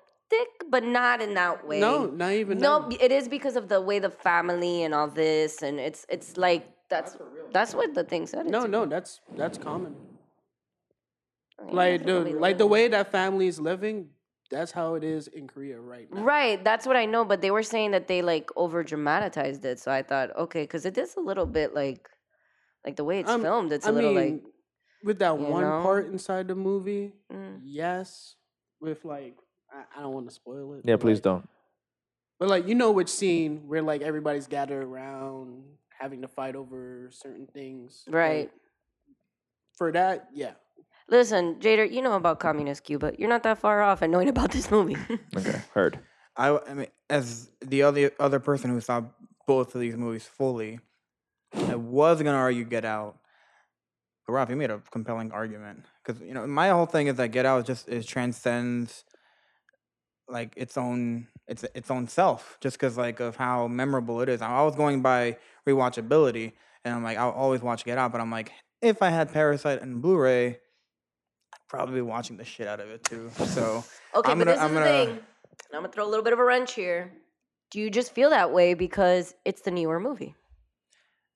Speaker 2: but not in that way.
Speaker 5: no, not even.
Speaker 2: no,
Speaker 5: that.
Speaker 2: it is because of the way the family and all this, and it's it's like that's that's what the thing said. it
Speaker 5: no,
Speaker 2: to
Speaker 5: no.
Speaker 2: me.
Speaker 5: That's that's common.
Speaker 2: I mean,
Speaker 5: Like
Speaker 2: that's what
Speaker 5: the
Speaker 2: we
Speaker 5: like
Speaker 2: live
Speaker 5: the
Speaker 2: in.
Speaker 5: way that family is living, that's how it is in Korea right now.
Speaker 2: Right, that's what I know. But they were saying that they like over dramatized it, so I thought, okay, because it is a little bit like, like the way it's
Speaker 5: Um,
Speaker 2: filmed, it's a
Speaker 5: I
Speaker 2: little
Speaker 5: mean,
Speaker 2: like,
Speaker 5: with that
Speaker 2: you
Speaker 5: one
Speaker 2: know?
Speaker 5: part inside the movie,
Speaker 2: mm,
Speaker 5: yes. With like, I, I don't want to spoil it.
Speaker 3: Yeah,
Speaker 5: but,
Speaker 3: please
Speaker 5: like-
Speaker 3: don't.
Speaker 5: But like, you know which scene where like everybody's gathered around having to fight over certain things, like,
Speaker 2: right.
Speaker 5: for that, yeah.
Speaker 2: Listen, Jader, you know about communist Cuba. You're not that far off in knowing about this movie.
Speaker 3: Okay, heard.
Speaker 4: I, I mean, as the other other person who saw both of these movies fully, I was gonna argue Get Out. But Rob, you made a compelling argument because you know my whole thing is that Get Out just it transcends like its own its its own self just because like of how memorable it is. I was going by rewatchability, and I'm like I'll always watch Get Out, but I'm like if I had Parasite and Blu-ray, I'd probably be watching the shit out of it too. So.
Speaker 2: Okay,
Speaker 4: I'm
Speaker 2: but
Speaker 4: gonna-
Speaker 2: this is
Speaker 4: I'm
Speaker 2: the
Speaker 4: gonna-
Speaker 2: thing. And I'm gonna throw a little bit of a wrench here. Do you just feel that way because it's the newer movie?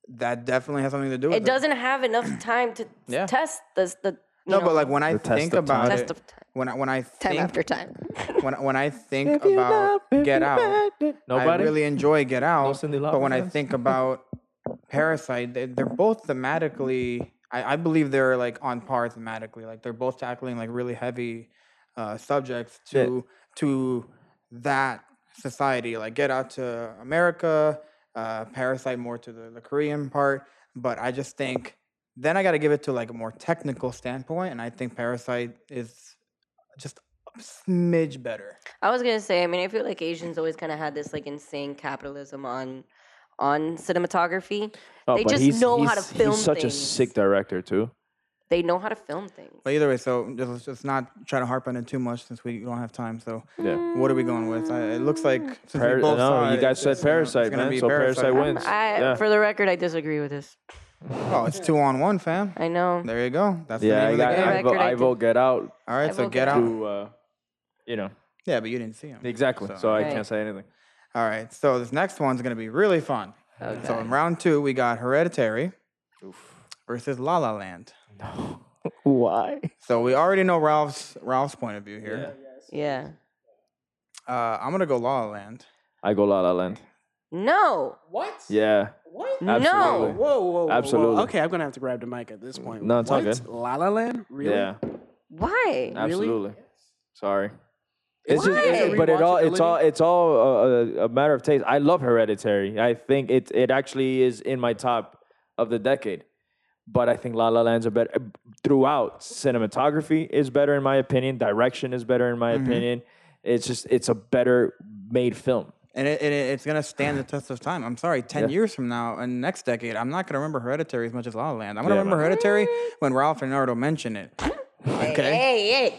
Speaker 4: That definitely has something to do with
Speaker 2: It doesn't have enough time to
Speaker 4: Yeah.
Speaker 2: test this the you
Speaker 4: No,
Speaker 2: know,
Speaker 4: but like when I
Speaker 3: The test
Speaker 4: think
Speaker 3: of time.
Speaker 4: about
Speaker 2: test
Speaker 4: it,
Speaker 2: of time,
Speaker 4: when I, when I
Speaker 2: time
Speaker 4: think
Speaker 2: after time.
Speaker 4: when I- when I think about Get Out, I
Speaker 3: Nobody.
Speaker 4: really enjoy Get Out.
Speaker 3: Cindy Lauper
Speaker 4: but when I
Speaker 3: fans?
Speaker 4: think about Parasite, they, they're both thematically. I, I believe they're like on par thematically. Like they're both tackling like really heavy uh, subjects
Speaker 3: Yeah.
Speaker 4: to to that society. Like Get Out to America, uh, Parasite more to the, the Korean part. But I just think then I got to give it to like a more technical standpoint, and I think Parasite is just smidge better.
Speaker 2: I was gonna say, I mean, I feel like Asians always kind of had this like insane capitalism on on cinematography.
Speaker 3: Oh,
Speaker 2: They
Speaker 3: but
Speaker 2: just
Speaker 3: he's,
Speaker 2: know
Speaker 3: he's,
Speaker 2: how to film
Speaker 3: He's such a
Speaker 2: things.
Speaker 3: sick director too.
Speaker 2: They know how to film things.
Speaker 4: But either way, so just, let's just not try to harp on it too much since we don't have time. So
Speaker 2: Mm.
Speaker 3: Yeah.
Speaker 4: what are we going with? I, it looks like since
Speaker 3: Par-
Speaker 4: we both
Speaker 3: no,
Speaker 4: saw
Speaker 3: you
Speaker 4: it,
Speaker 3: guys said
Speaker 4: it's gonna- it's
Speaker 3: Parasite,
Speaker 4: gonna
Speaker 3: man,
Speaker 4: be
Speaker 3: so Parasite wins.
Speaker 2: I,
Speaker 3: Yeah.
Speaker 2: For the record, I disagree with this.
Speaker 4: Oh, it's two on one, fam.
Speaker 2: I know.
Speaker 4: There you go. That's
Speaker 3: Yeah,
Speaker 4: the name
Speaker 3: I,
Speaker 4: of the
Speaker 3: got,
Speaker 4: game.
Speaker 3: I,
Speaker 2: Record
Speaker 3: vote,
Speaker 2: I
Speaker 3: I
Speaker 2: did.
Speaker 3: vote Get Out
Speaker 4: All right,
Speaker 2: I
Speaker 4: so
Speaker 2: vote
Speaker 4: get
Speaker 2: Get
Speaker 4: out.
Speaker 3: to, uh, you know,
Speaker 4: Yeah, but you didn't see him.
Speaker 3: exactly. So, I
Speaker 2: Right.
Speaker 3: can't say anything.
Speaker 4: All right, so this next one's gonna be really fun. So in round two, we got Hereditary versus La La Land.
Speaker 3: Why?
Speaker 4: So we already know Ralph's Ralph's point of view here.
Speaker 2: Yeah.
Speaker 4: Uh, I'm gonna go La La Land.
Speaker 3: I go La La Land.
Speaker 2: No.
Speaker 5: What?
Speaker 3: Yeah.
Speaker 5: What?
Speaker 3: Absolutely.
Speaker 5: Whoa, whoa, whoa, whoa.
Speaker 3: Absolutely.
Speaker 5: Okay, I'm gonna have to grab the mic at this point.
Speaker 3: No, it's all
Speaker 5: what?
Speaker 3: good.
Speaker 5: La La Land? Really?
Speaker 3: Yeah.
Speaker 2: Why?
Speaker 3: Absolutely. Sorry.
Speaker 5: It's
Speaker 3: It's
Speaker 5: just-
Speaker 3: just,
Speaker 5: it's a
Speaker 3: but it all, it's all,
Speaker 5: rewatchability?
Speaker 3: it's all a, a, a matter of taste. I love Hereditary. I think it, it actually is in my top of the decade. But I think La La Land's a better throughout. Cinematography is better in my opinion. Direction is better in my
Speaker 4: Mm-hmm.
Speaker 3: opinion. It's just, it's a better made film.
Speaker 4: And it, it, it's gonna stand the test of time. I'm sorry, ten years from now and next decade, I'm not gonna remember Hereditary as much as La La Land. I'm gonna
Speaker 3: Yeah,
Speaker 4: remember
Speaker 3: man.
Speaker 4: Hereditary when Ralph and Nardo mention it. Okay,
Speaker 2: Hey, hey.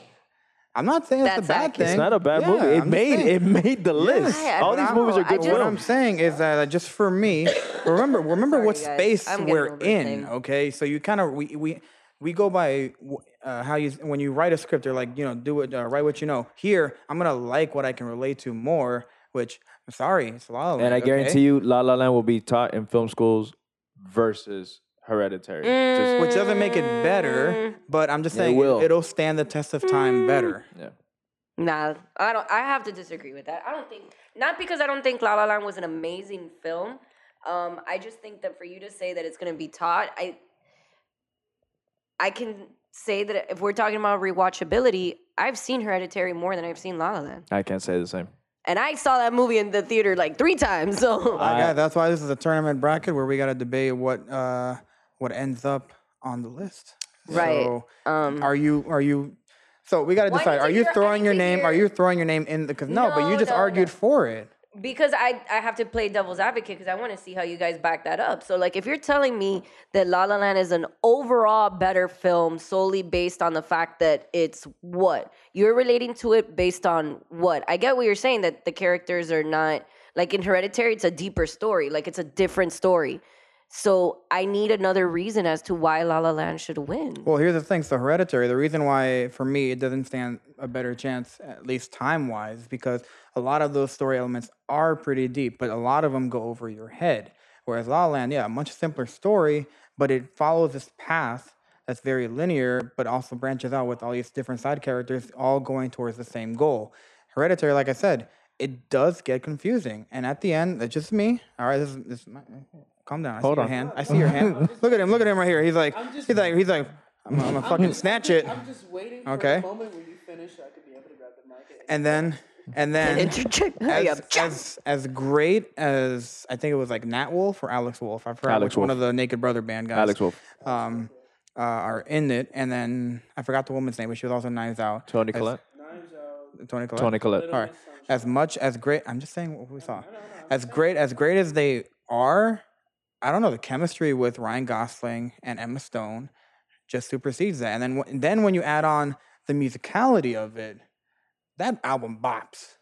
Speaker 4: I'm not saying it's a
Speaker 2: That's
Speaker 4: bad
Speaker 2: accurate.
Speaker 4: thing.
Speaker 3: It's not a bad
Speaker 4: Yeah,
Speaker 3: movie. It
Speaker 4: I'm just
Speaker 3: made
Speaker 4: saying.
Speaker 3: it made the list.
Speaker 2: I-
Speaker 3: all
Speaker 2: but
Speaker 3: these
Speaker 2: I'm
Speaker 3: movies are
Speaker 2: all- I
Speaker 3: good
Speaker 2: just-
Speaker 4: What
Speaker 3: films.
Speaker 4: I'm saying is that uh, just for me, remember remember what
Speaker 2: Sorry, guys.
Speaker 4: space
Speaker 2: I'm getting
Speaker 4: we're
Speaker 2: over this
Speaker 4: in.
Speaker 2: thing.
Speaker 4: Okay, so you kind of we we we go by w- uh, how you when you write a script, they're like you know do it uh, write what you know. Here, I'm gonna like what I can relate to more. Which I'm sorry, it's La La Land.
Speaker 3: And I guarantee you, La La Land will be taught in film schools versus Hereditary. Just-
Speaker 4: Which doesn't make it
Speaker 2: Mm.
Speaker 4: better, but I'm just
Speaker 3: Yeah, it
Speaker 4: saying
Speaker 3: will.
Speaker 4: it will stand the test of time better.
Speaker 3: yeah.
Speaker 2: Nah, I don't. I have to disagree with that. I don't think not because I don't think La La Land was an amazing film. Um, I just think that for you to say that it's going to be taught, I, I can say that if we're talking about rewatchability, I've seen Hereditary more than I've seen La La Land,
Speaker 3: I can't say the same.
Speaker 2: and I saw that movie in the theater like three times. So
Speaker 4: All right, guys, that's why this is a tournament bracket where we gotta debate what uh, what ends up on the list.
Speaker 2: Right.
Speaker 4: So,
Speaker 2: um,
Speaker 4: Are you are you so we gotta
Speaker 2: Well, I need
Speaker 4: decide.
Speaker 2: to
Speaker 4: Are you
Speaker 2: hear- I
Speaker 4: throwing
Speaker 2: need
Speaker 4: your
Speaker 2: to
Speaker 4: name? Are
Speaker 2: hear-
Speaker 4: you throwing your name in the cause no, but
Speaker 2: No,
Speaker 4: you just
Speaker 2: no,
Speaker 4: argued
Speaker 2: no.
Speaker 4: for it.
Speaker 2: because I, I have to play devil's advocate because I want to see how you guys back that up. So like if you're telling me that La La Land is an overall better film solely based on the fact that it's what you're relating to it based on what I get what you're saying that the characters are not like in Hereditary it's a deeper story like it's a different story. So I need another reason as to why La La Land should win.
Speaker 4: Well, here's the thing. So hereditary, the reason why for me it doesn't stand a better chance, at least time wise, because a lot of those story elements are pretty deep, but a lot of them go over your head. Whereas La La Land, yeah, a much simpler story, but it follows this path that's very linear, but also branches out with all these different side characters all going towards the same goal. Hereditary, like I said, it does get confusing. And at the end, that's just me. All right, this is, this is my, calm down. I see your hand. I see your hand. look at him. Look at him right here. He's like, he's like, he's like, I'm, gonna- I'm gonna fucking snatch it.
Speaker 5: just waiting
Speaker 4: Okay.
Speaker 5: moment when you finish so I could be able to grab the mic.
Speaker 4: And then, and then,
Speaker 2: Interject. Hurry
Speaker 4: as,
Speaker 2: up.
Speaker 4: as as great as I think it was like Nat Wolf or Alex Wolf. I forgot
Speaker 3: Alex
Speaker 4: which one of
Speaker 3: Wolf.
Speaker 4: the Naked Brother band guys.
Speaker 3: Alex Wolf.
Speaker 4: Um, uh, are in it, and then I forgot the woman's name, but she was also Knives Out.
Speaker 3: Tony
Speaker 4: As-
Speaker 3: Collette.
Speaker 4: Tony Collette.
Speaker 3: Tony Collette.
Speaker 4: All right. As much as great, I'm just saying what we saw. As great as great as they are, I don't know the chemistry with Ryan Gosling and Emma Stone just supersedes that. And then wh- then when you add on the musicality of it, that album bops.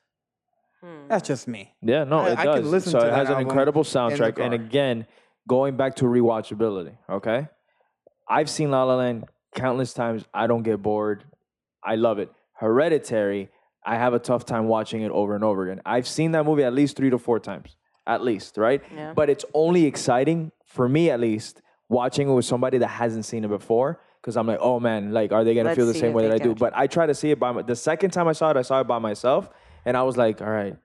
Speaker 4: That's just me.
Speaker 3: Yeah, no,
Speaker 4: I-
Speaker 3: it
Speaker 4: I could
Speaker 3: does.
Speaker 4: listen
Speaker 3: so
Speaker 4: to
Speaker 3: it
Speaker 4: that
Speaker 3: has an
Speaker 4: album
Speaker 3: incredible
Speaker 4: in the
Speaker 3: soundtrack. And
Speaker 4: car.
Speaker 3: again, going back to rewatchability, okay? I've seen La La Land countless times. I don't get bored. I love it. Hereditary, I have a tough time watching it over and over again. I've seen that movie at least three to four times, at least, right?
Speaker 2: Yeah.
Speaker 3: But it's only exciting for me, at least, watching it with somebody that hasn't seen it before. Because I'm like, oh man, like, are they gonna
Speaker 2: Let's
Speaker 3: feel the
Speaker 2: see
Speaker 3: same
Speaker 2: if
Speaker 3: way
Speaker 2: they
Speaker 3: that I do?
Speaker 2: catch it.
Speaker 3: But I try to see it by my, the second time I saw it, I saw it by myself, and I was like, all right,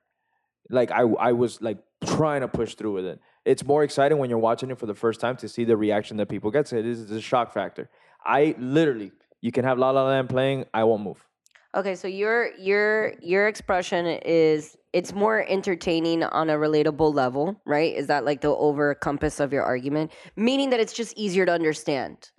Speaker 3: like I I was like trying to push through with it. It's more exciting when you're watching it for the first time to see the reaction that people get. So it is the shock factor. I literally, you can have La La Land playing, I won't move.
Speaker 2: Okay, so your your your expression is it's more entertaining on a relatable level, right? Is that like the over compass of your argument, meaning that it's just easier to understand,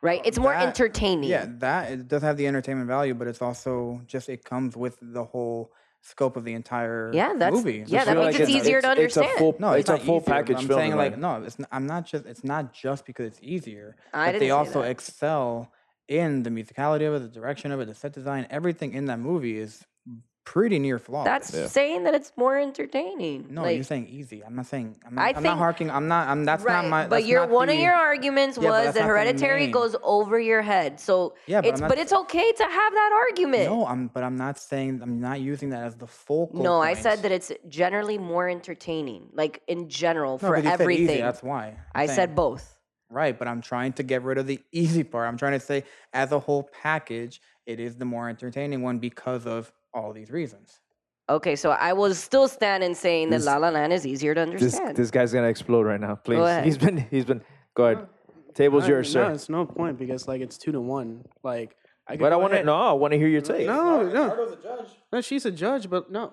Speaker 2: right? It's more
Speaker 4: that-
Speaker 2: entertaining.
Speaker 4: Yeah, that it does have the entertainment value, but it's also just it comes with the whole scope of the entire
Speaker 2: Yeah, that's-
Speaker 4: movie.
Speaker 2: yeah,
Speaker 4: which
Speaker 2: that
Speaker 4: is-
Speaker 2: makes it easier to understand.
Speaker 3: It's a full,
Speaker 4: No,
Speaker 3: it's, a
Speaker 4: not
Speaker 3: full
Speaker 4: easier, but
Speaker 3: package
Speaker 4: I'm
Speaker 3: film.
Speaker 4: saying
Speaker 3: in
Speaker 4: like
Speaker 3: my-
Speaker 4: no, it's not, I'm not just it's not just because it's easier.
Speaker 2: I
Speaker 4: but
Speaker 2: didn't
Speaker 4: they
Speaker 2: say
Speaker 4: also
Speaker 2: that.
Speaker 4: excel in the musicality of it, the direction of it, the set design, everything in that movie is pretty near flawless.
Speaker 2: That's saying that it's more entertaining.
Speaker 4: no,
Speaker 2: Like,
Speaker 4: you're saying easy. I'm not saying I'm not,
Speaker 2: I
Speaker 4: I am
Speaker 2: think-
Speaker 4: not harking. I'm not. I'm that's
Speaker 2: right.
Speaker 4: not my.
Speaker 2: but
Speaker 4: that's
Speaker 2: your
Speaker 4: not
Speaker 2: one of
Speaker 4: the-
Speaker 2: your arguments
Speaker 4: Yeah, but
Speaker 2: was
Speaker 4: that's
Speaker 2: that
Speaker 4: not the
Speaker 2: hereditary
Speaker 4: main-
Speaker 2: goes over your head. So
Speaker 4: Yeah, but
Speaker 2: it's
Speaker 4: I'm not-
Speaker 2: but it's okay to have that argument.
Speaker 4: No, I'm. But I'm not saying. I'm not using that as the focal.
Speaker 2: No, I
Speaker 4: point.
Speaker 2: said that it's generally more entertaining, like in general
Speaker 4: No,
Speaker 2: for
Speaker 4: 'cause you said easy,
Speaker 2: everything.
Speaker 4: that's why. I'm
Speaker 2: I
Speaker 4: saying.
Speaker 2: said both.
Speaker 4: Right, but I'm trying to get rid of the easy part. I'm trying to say, as a whole package, it is the more entertaining one because of all these reasons.
Speaker 2: Okay, so I will still stand in saying
Speaker 3: This-
Speaker 2: that La La Land is easier to
Speaker 3: this,
Speaker 2: understand.
Speaker 3: this guy's gonna explode right now. Please,
Speaker 2: ahead.
Speaker 3: he's been he's been. Go ahead. Table's
Speaker 5: I-
Speaker 3: yours,
Speaker 5: No,
Speaker 3: sir.
Speaker 5: it's no point because like it's two to one. Like I could
Speaker 3: But I
Speaker 5: go
Speaker 3: want to
Speaker 5: ahead-
Speaker 3: no, I want to hear your take.
Speaker 5: No, no. No, she's a judge, but no.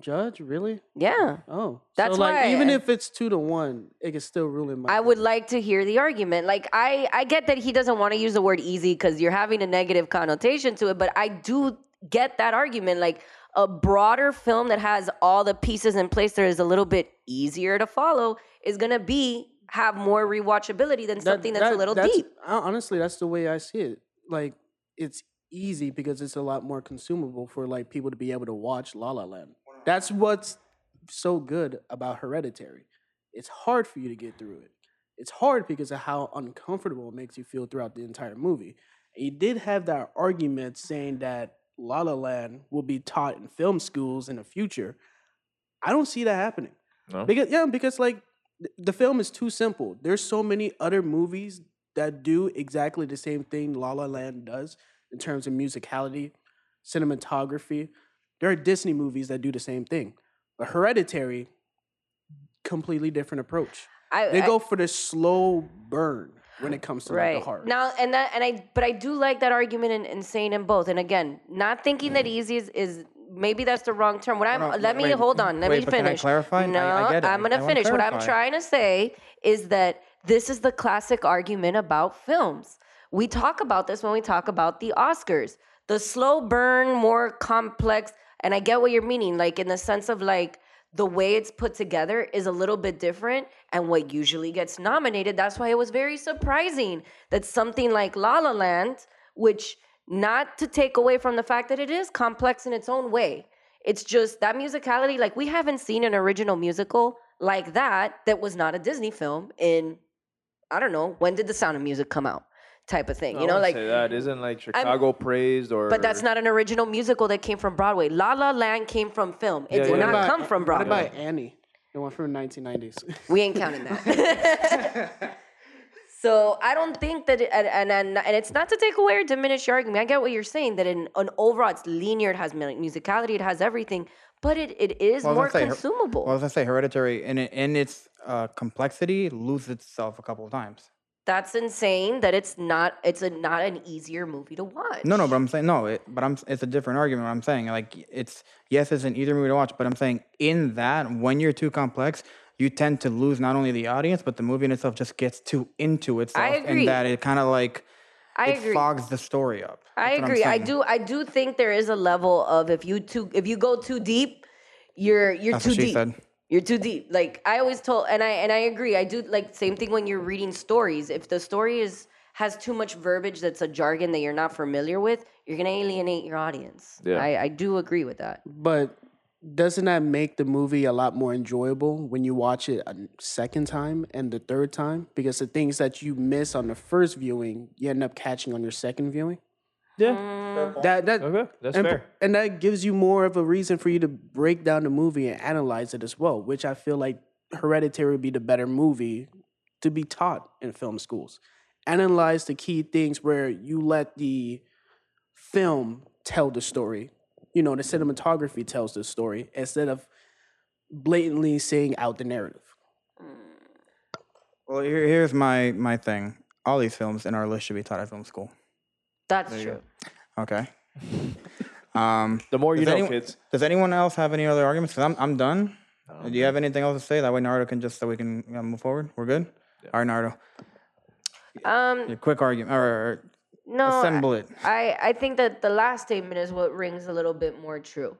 Speaker 5: Judge, really?
Speaker 2: yeah.
Speaker 5: Oh.
Speaker 2: That's
Speaker 5: so, like,
Speaker 2: why
Speaker 5: even
Speaker 2: I-
Speaker 5: if it's two to one, it can still rule in my
Speaker 2: I would like to hear the argument. Like I, I get that he doesn't want to use the word easy because you're having a negative connotation to it, but I do get that argument. Like a broader film that has all the pieces in place that is a little bit easier to follow is gonna be have more rewatchability than
Speaker 5: That-
Speaker 2: something that's
Speaker 5: that-
Speaker 2: a little
Speaker 5: that's-
Speaker 2: deep.
Speaker 5: hon- Honestly, that's the way I see it. Like it's easy because it's a lot more consumable for like people to be able to watch La La Land. That's what's so good about Hereditary. It's hard for you to get through it. It's hard because of how uncomfortable it makes you feel throughout the entire movie. And you did have that argument saying that La La Land will be taught in film schools in the future. I don't see that happening.
Speaker 3: No?
Speaker 5: Because yeah, because like th- the film is too simple. There's so many other movies that do exactly the same thing La La Land does in terms of musicality, cinematography. There are Disney movies that do the same thing. But Hereditary, completely different approach.
Speaker 2: I,
Speaker 5: They
Speaker 2: I-
Speaker 5: go for the slow burn when it comes to like, the heart.
Speaker 2: now and that and i but i do like that argument and, and saying in both and again not thinking that easy is, is maybe that's the wrong term what i'm
Speaker 4: Hold on,
Speaker 2: let me
Speaker 4: wait,
Speaker 2: hold on let
Speaker 4: wait,
Speaker 2: me
Speaker 4: but can I
Speaker 2: finish
Speaker 4: clarify? I- I
Speaker 2: no
Speaker 4: get it.
Speaker 2: am
Speaker 4: I
Speaker 2: gonna
Speaker 4: wanna
Speaker 2: finish what i'm
Speaker 4: clarify.
Speaker 2: trying to say is that this is the classic argument about films we talk about this when we talk about the oscars the slow burn more complex and i get what you're meaning like in the sense of like the way it's put together is a little bit different and what usually gets nominated. That's why it was very surprising that something like La La Land, which not to take away from the fact that it is complex in its own way. It's just that musicality, like we haven't seen an original musical like that that was not a Disney film in I don't know, when did the sound of music come out? type of thing.
Speaker 3: I
Speaker 2: you know,
Speaker 3: wouldn't
Speaker 2: like
Speaker 3: say that isn't like Chicago praised or.
Speaker 2: but that's not an original musical that came from Broadway. La La Land came from film. It
Speaker 3: Yeah,
Speaker 2: did
Speaker 3: yeah,
Speaker 2: not
Speaker 3: yeah.
Speaker 2: come from
Speaker 5: What
Speaker 2: Broadway.
Speaker 5: about Annie? The one from the 1990s.
Speaker 2: We ain't counting that. so I don't think that, it, and, and and and it's not to take away or diminish your argument. I get what you're saying that in an overall, it's linear, it has mu- musicality, it has everything, but it, it is
Speaker 4: Well, I
Speaker 2: more
Speaker 4: was gonna say, her-
Speaker 2: consumable.
Speaker 4: Well, as I say, Hereditary in it, in its uh, complexity loses itself a couple of times.
Speaker 2: That's insane that it's not it's a not an easier movie to watch.
Speaker 4: No, no, but I'm saying no. It, but I'm it's a different argument. What I'm saying like it's yes, it's an either movie to watch, but I'm saying in that when you're too complex, you tend to lose not only the audience but the movie in itself just gets too into itself,
Speaker 2: agree.
Speaker 4: and that it kind of like
Speaker 2: I
Speaker 4: it
Speaker 2: agree.
Speaker 4: fogs the story up.
Speaker 2: I
Speaker 4: That's what I'm
Speaker 2: agree. I
Speaker 4: saying.
Speaker 2: do. I do think there is a level of if you too if you go too deep, you're you're
Speaker 4: That's
Speaker 2: too
Speaker 4: what she
Speaker 2: deep.
Speaker 4: said.
Speaker 2: You're too deep. Like I always told, and I and I agree. I do like same thing when you're reading stories. If the story is has too much verbiage that's a jargon that you're not familiar with, you're gonna alienate your audience.
Speaker 3: Yeah.
Speaker 2: I, I do agree with that.
Speaker 5: But doesn't that make the movie a lot more enjoyable when you watch it a second time and the third time? Because the things that you miss on the first viewing, you end up catching on your second viewing.
Speaker 3: Yeah.
Speaker 5: That that
Speaker 3: Okay, that's
Speaker 5: and,
Speaker 3: fair.
Speaker 5: and that gives you more of a reason for you to break down the movie and analyze it as well, which I feel like Hereditary would be the better movie to be taught in film schools. Analyze the key things where you let the film tell the story. You know, the cinematography tells the story instead of blatantly saying out the narrative.
Speaker 4: Well, here, here's my my thing. All these films in our list should be taught at film school.
Speaker 2: That's true.
Speaker 4: Okay. Um,
Speaker 3: The more you
Speaker 4: Does
Speaker 3: know,
Speaker 4: anyone-
Speaker 3: kids.
Speaker 4: Does anyone else have any other arguments? Because I'm, I'm done. Do you have anything else to say? That way Naruto can just, so we can uh, move forward. We're good? All right, Naruto.
Speaker 2: Um,
Speaker 4: Your quick argument or, or
Speaker 2: no, I-
Speaker 4: assemble it.
Speaker 2: I, I think that the last statement is what rings a little bit more true.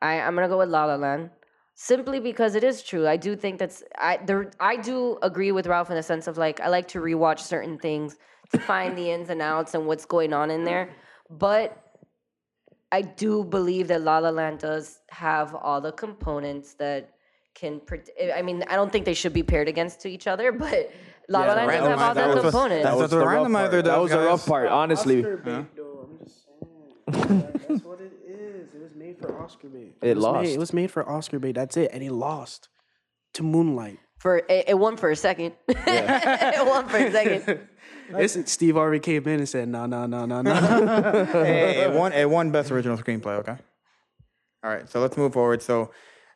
Speaker 2: I, I'm gonna go with La La Land simply because it is true. I do think that's I there I do agree with Ralph in the sense of like I like to rewatch certain things to find the ins and outs and what's going on in there. But I do believe that La La Land does have all the components that can. prot- I mean, I don't think they should be paired against to each other, but La La
Speaker 4: Yeah,
Speaker 2: Land does
Speaker 4: randomize
Speaker 2: have all
Speaker 4: that
Speaker 2: the
Speaker 4: was-
Speaker 2: components.
Speaker 4: That's
Speaker 3: That
Speaker 4: what
Speaker 3: was
Speaker 4: the
Speaker 3: the rough
Speaker 4: randomizer
Speaker 3: part. That
Speaker 4: does,
Speaker 3: was the rough
Speaker 4: guys.
Speaker 3: part, honestly.
Speaker 5: Oscar bait, though. I'm just saying. Like, That's what it is. It was made for Oscar bait.
Speaker 3: It
Speaker 5: was
Speaker 3: lost.
Speaker 5: Made, it was made for Oscar bait. That's it. And it lost to Moonlight.
Speaker 2: for it, it won for a second. it won for a second.
Speaker 5: Listen, Steve already came in and said, no, no, no, no, no.
Speaker 4: hey, it won. It won best original screenplay. Okay. All right. So let's move forward. So,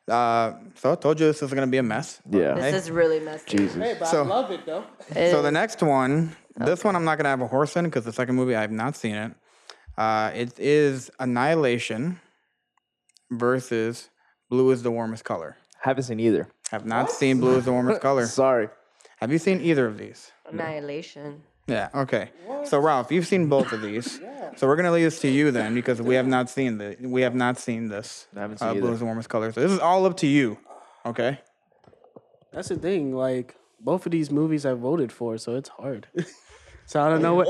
Speaker 4: uh, so I told you this is gonna be a mess.
Speaker 3: Yeah.
Speaker 2: This is really messy.
Speaker 3: Jesus.
Speaker 4: So-
Speaker 5: love it, though.
Speaker 4: So the next one, this one I'm not gonna have a horse in because the second movie I have not seen it. Uh, it is Annihilation versus Blue is the warmest color.
Speaker 3: Haven't seen either.
Speaker 4: Have not seen Blue is the warmest color.
Speaker 3: Sorry.
Speaker 4: Have you seen either of these?
Speaker 2: Annihilation.
Speaker 4: Yeah. Okay. So Ralph, you've seen both of these. So we're gonna leave this to you then because we have not seen the we have not seen this. uh,
Speaker 3: I haven't seen either.
Speaker 4: Blue is the warmest color. So this is all up to you. Okay.
Speaker 5: That's the thing. Like, both of these movies I voted for, so it's hard. so I don't know what.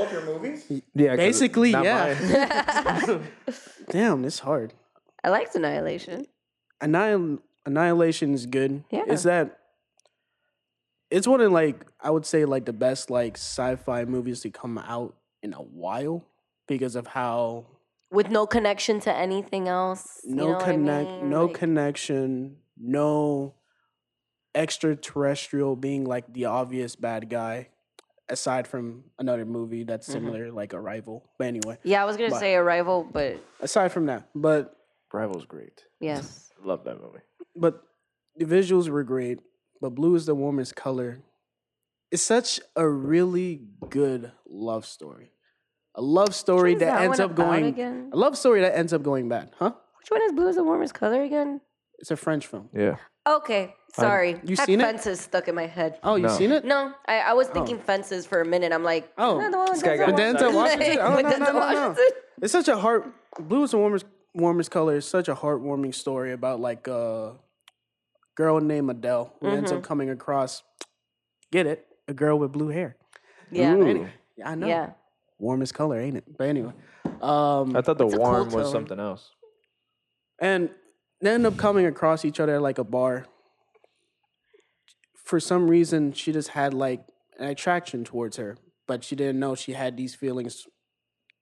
Speaker 3: Yeah.
Speaker 5: Basically, yeah. Damn, it's hard.
Speaker 2: I liked Annihilation.
Speaker 5: Annihil- Annihilation is good.
Speaker 2: Yeah.
Speaker 5: It's that. It's one of like I would say like the best like sci-fi movies to come out in a while because of how
Speaker 2: With no connection to anything else. you
Speaker 5: no
Speaker 2: know what I
Speaker 5: connect,
Speaker 2: mean?
Speaker 5: no
Speaker 2: Like,
Speaker 5: connection, no extraterrestrial being like the obvious bad guy, aside from another movie that's
Speaker 2: Mm-hmm.
Speaker 5: similar like Arrival. But anyway,
Speaker 2: Yeah, I was gonna
Speaker 5: But-
Speaker 2: say Arrival, but
Speaker 5: aside from that, but
Speaker 3: Rival's great.
Speaker 2: yes,
Speaker 3: Love that movie.
Speaker 5: but the visuals were great. But blue is the warmest color. It's such a really good love story. A love story
Speaker 2: is
Speaker 5: that,
Speaker 2: that
Speaker 5: ends
Speaker 2: one
Speaker 5: up
Speaker 2: about
Speaker 5: going.
Speaker 2: again?
Speaker 5: A love story that ends up going bad, huh?
Speaker 2: which one is blue is the warmest color again?
Speaker 5: It's a French film.
Speaker 3: Yeah.
Speaker 2: Okay, sorry.
Speaker 5: You
Speaker 2: That
Speaker 5: seen it?
Speaker 2: fences stuck in my head.
Speaker 5: Oh, you seen it?
Speaker 2: No, I, I was thinking fences for a minute. I'm like,
Speaker 5: Oh,
Speaker 2: no, the one with Denzel
Speaker 3: guy got
Speaker 2: Washington.
Speaker 5: Denzel Washington. Oh,
Speaker 2: With
Speaker 5: no, no,
Speaker 2: Denzel
Speaker 5: no, no.
Speaker 2: Washington.
Speaker 5: It's such a heart. Blue is the warmest warmest color. It's such a heartwarming story about like uh, a girl named Adele who ends
Speaker 2: Mm-hmm.
Speaker 5: up coming across. Get it? A girl with blue hair.
Speaker 2: Yeah,
Speaker 3: Ooh.
Speaker 5: I know.
Speaker 2: yeah.
Speaker 5: Warmest color, ain't it? But anyway, um,
Speaker 3: I thought
Speaker 2: Mm.
Speaker 3: the
Speaker 2: It's a
Speaker 3: warm
Speaker 2: cult
Speaker 3: was
Speaker 2: film.
Speaker 3: something else.
Speaker 5: and they end up coming across each other at like a bar. For some reason, she just had like an attraction towards her, but she didn't know she had these feelings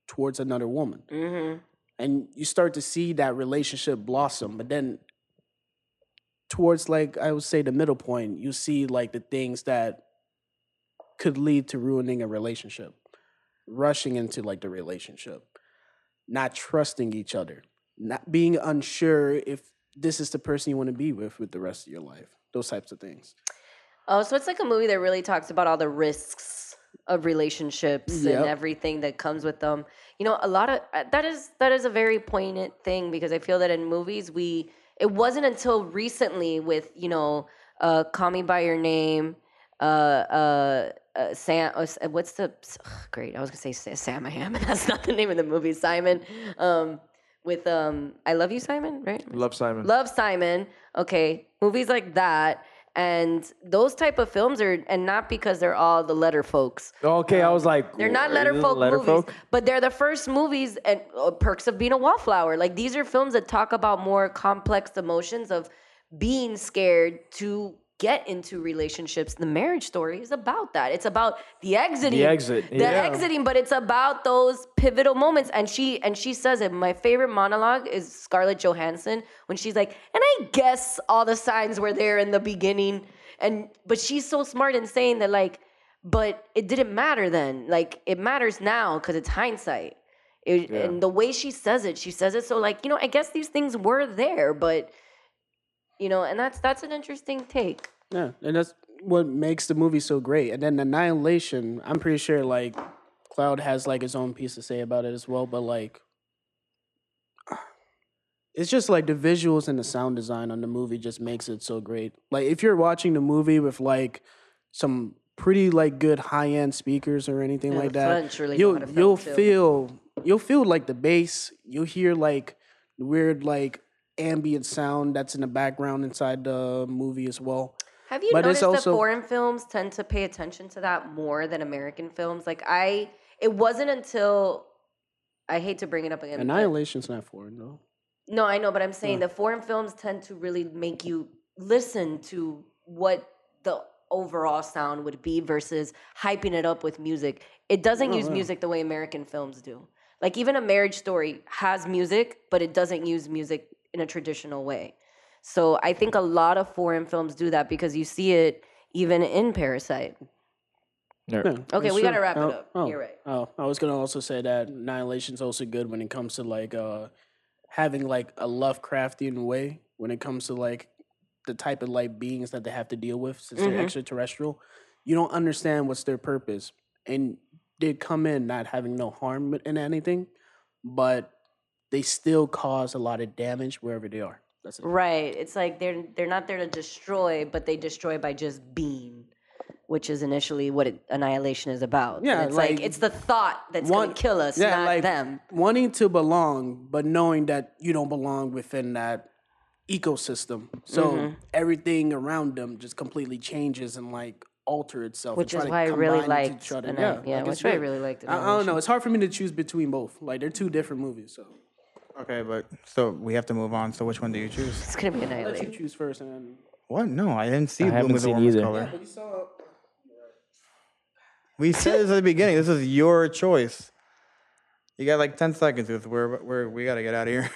Speaker 5: towards another woman.
Speaker 2: Mm-hmm.
Speaker 5: and you start to see that relationship blossom but then towards like i would say the middle point you see like the things that could lead to ruining a relationship rushing into like the relationship not trusting each other not being unsure if this is the person you want to be with with the rest of your life those types of things
Speaker 2: Oh, so it's like a movie that really talks about all the risks of relationships
Speaker 5: Yep.
Speaker 2: and everything that comes with them. You know, a lot of uh, that is that is a very poignant thing because I feel that in movies we it wasn't until recently with you know uh, Call Me by Your Name, uh, uh, uh, Sam. Uh, what's the ugh, great? I was gonna say Sa- Sam Ham. That's not the name of the movie. Simon. Um, with um, I love you, Simon. Right?
Speaker 3: Love Simon.
Speaker 2: Love Simon. Okay, movies like that and those type of films are, and not because they're all the letter folks.
Speaker 3: Oh, okay, I was like,
Speaker 2: They're not
Speaker 3: "Are
Speaker 2: letter
Speaker 3: these
Speaker 2: folk movies,
Speaker 3: folk?"
Speaker 2: but they're the first movies and uh, perks of being a wallflower. Like these are films that talk about more complex emotions of being scared to get into relationships. The marriage story is about that. It's about the exiting,
Speaker 3: exit,
Speaker 2: the
Speaker 3: yeah.
Speaker 2: exiting. But it's about those pivotal moments. And she and she says it. My favorite monologue is Scarlett Johansson when she's like, "And I guess all the signs were there in the beginning." And but she's so smart in saying that like but it didn't matter then. Like it matters now because it's hindsight. It,
Speaker 3: Yeah.
Speaker 2: And the way she says it, she says it so like you know. I guess these things were there, but you know, and that's that's an interesting take.
Speaker 5: Yeah, and that's what makes the movie so great. And then Annihilation, I'm pretty sure like Cloud has like his own piece to say about it as well, but like it's just like the visuals and the sound design on the movie just makes it so great. Like if you're watching the movie with like some pretty like good high end speakers or anything
Speaker 2: Yeah,
Speaker 5: like
Speaker 2: the
Speaker 5: that.
Speaker 2: French really know
Speaker 5: you'll
Speaker 2: how to
Speaker 5: you'll
Speaker 2: film, too.
Speaker 5: feel you'll feel like the bass. You'll hear like weird like ambient sound that's in the background inside the movie as well.
Speaker 2: Have you
Speaker 5: But it's
Speaker 2: noticed that
Speaker 5: also-
Speaker 2: foreign films tend to pay attention to that more than American films? Like I, it wasn't until I hate to bring it up again. but-
Speaker 5: Annihilation's not foreign though.
Speaker 2: No, I know, but I'm saying that foreign films tend to really make you listen to what the overall sound would be versus hyping it up with music. It doesn't use music the way American films do. Like even a marriage story has music, but it doesn't use music in a traditional way. So I think a lot of foreign films do that because you see it even in Parasite.
Speaker 3: Yeah.
Speaker 2: Okay,
Speaker 5: that's
Speaker 2: we gotta
Speaker 5: true.
Speaker 2: wrap it
Speaker 5: Oh,
Speaker 2: up.
Speaker 5: Oh,
Speaker 2: You're right.
Speaker 5: Oh, I was gonna also say that Annihilation's also good when it comes to like uh having like a Lovecraftian way when it comes to like the type of like beings that they have to deal with since
Speaker 2: Mhm.
Speaker 5: they're extraterrestrial. You don't understand what's their purpose, and they come in not having no harm in anything, but they still cause a lot of damage wherever they are. That's it.
Speaker 2: Right. It's like they're they're not there to destroy, but they destroy by just being, which is initially what it, annihilation is about. And
Speaker 5: Yeah,
Speaker 2: it's like,
Speaker 5: like,
Speaker 2: it's the thought that's gonna
Speaker 5: want-
Speaker 2: kill us,
Speaker 5: yeah,
Speaker 2: not
Speaker 5: like,
Speaker 2: them.
Speaker 5: wanting to belong, but knowing that you don't belong within that ecosystem. So
Speaker 2: Mm-hmm.
Speaker 5: everything around them just completely changes and like alter itself.
Speaker 2: Which
Speaker 5: and
Speaker 2: is
Speaker 5: try to
Speaker 2: why I really
Speaker 5: combine with
Speaker 2: liked.
Speaker 5: each other.
Speaker 2: Anni-
Speaker 5: Yeah,
Speaker 2: yeah
Speaker 5: like, it's
Speaker 2: which why I
Speaker 5: good.
Speaker 2: really liked.
Speaker 5: I, I
Speaker 2: Annihilation.
Speaker 5: don't know. It's hard for me to choose between both. Like they're two different movies. So
Speaker 4: Okay, but so we have to move on. So which one do you choose?
Speaker 2: It's gonna be
Speaker 5: I'll let you
Speaker 2: annihilation.
Speaker 5: choose first, and then
Speaker 4: What? No, I didn't see
Speaker 3: I
Speaker 4: Bloom
Speaker 3: haven't
Speaker 4: is the
Speaker 3: seen
Speaker 4: warmest
Speaker 3: either.
Speaker 4: color.
Speaker 5: you saw.
Speaker 4: We said this at the beginning. This is your choice. You got like ten seconds because we're, we're we gotta get out of here.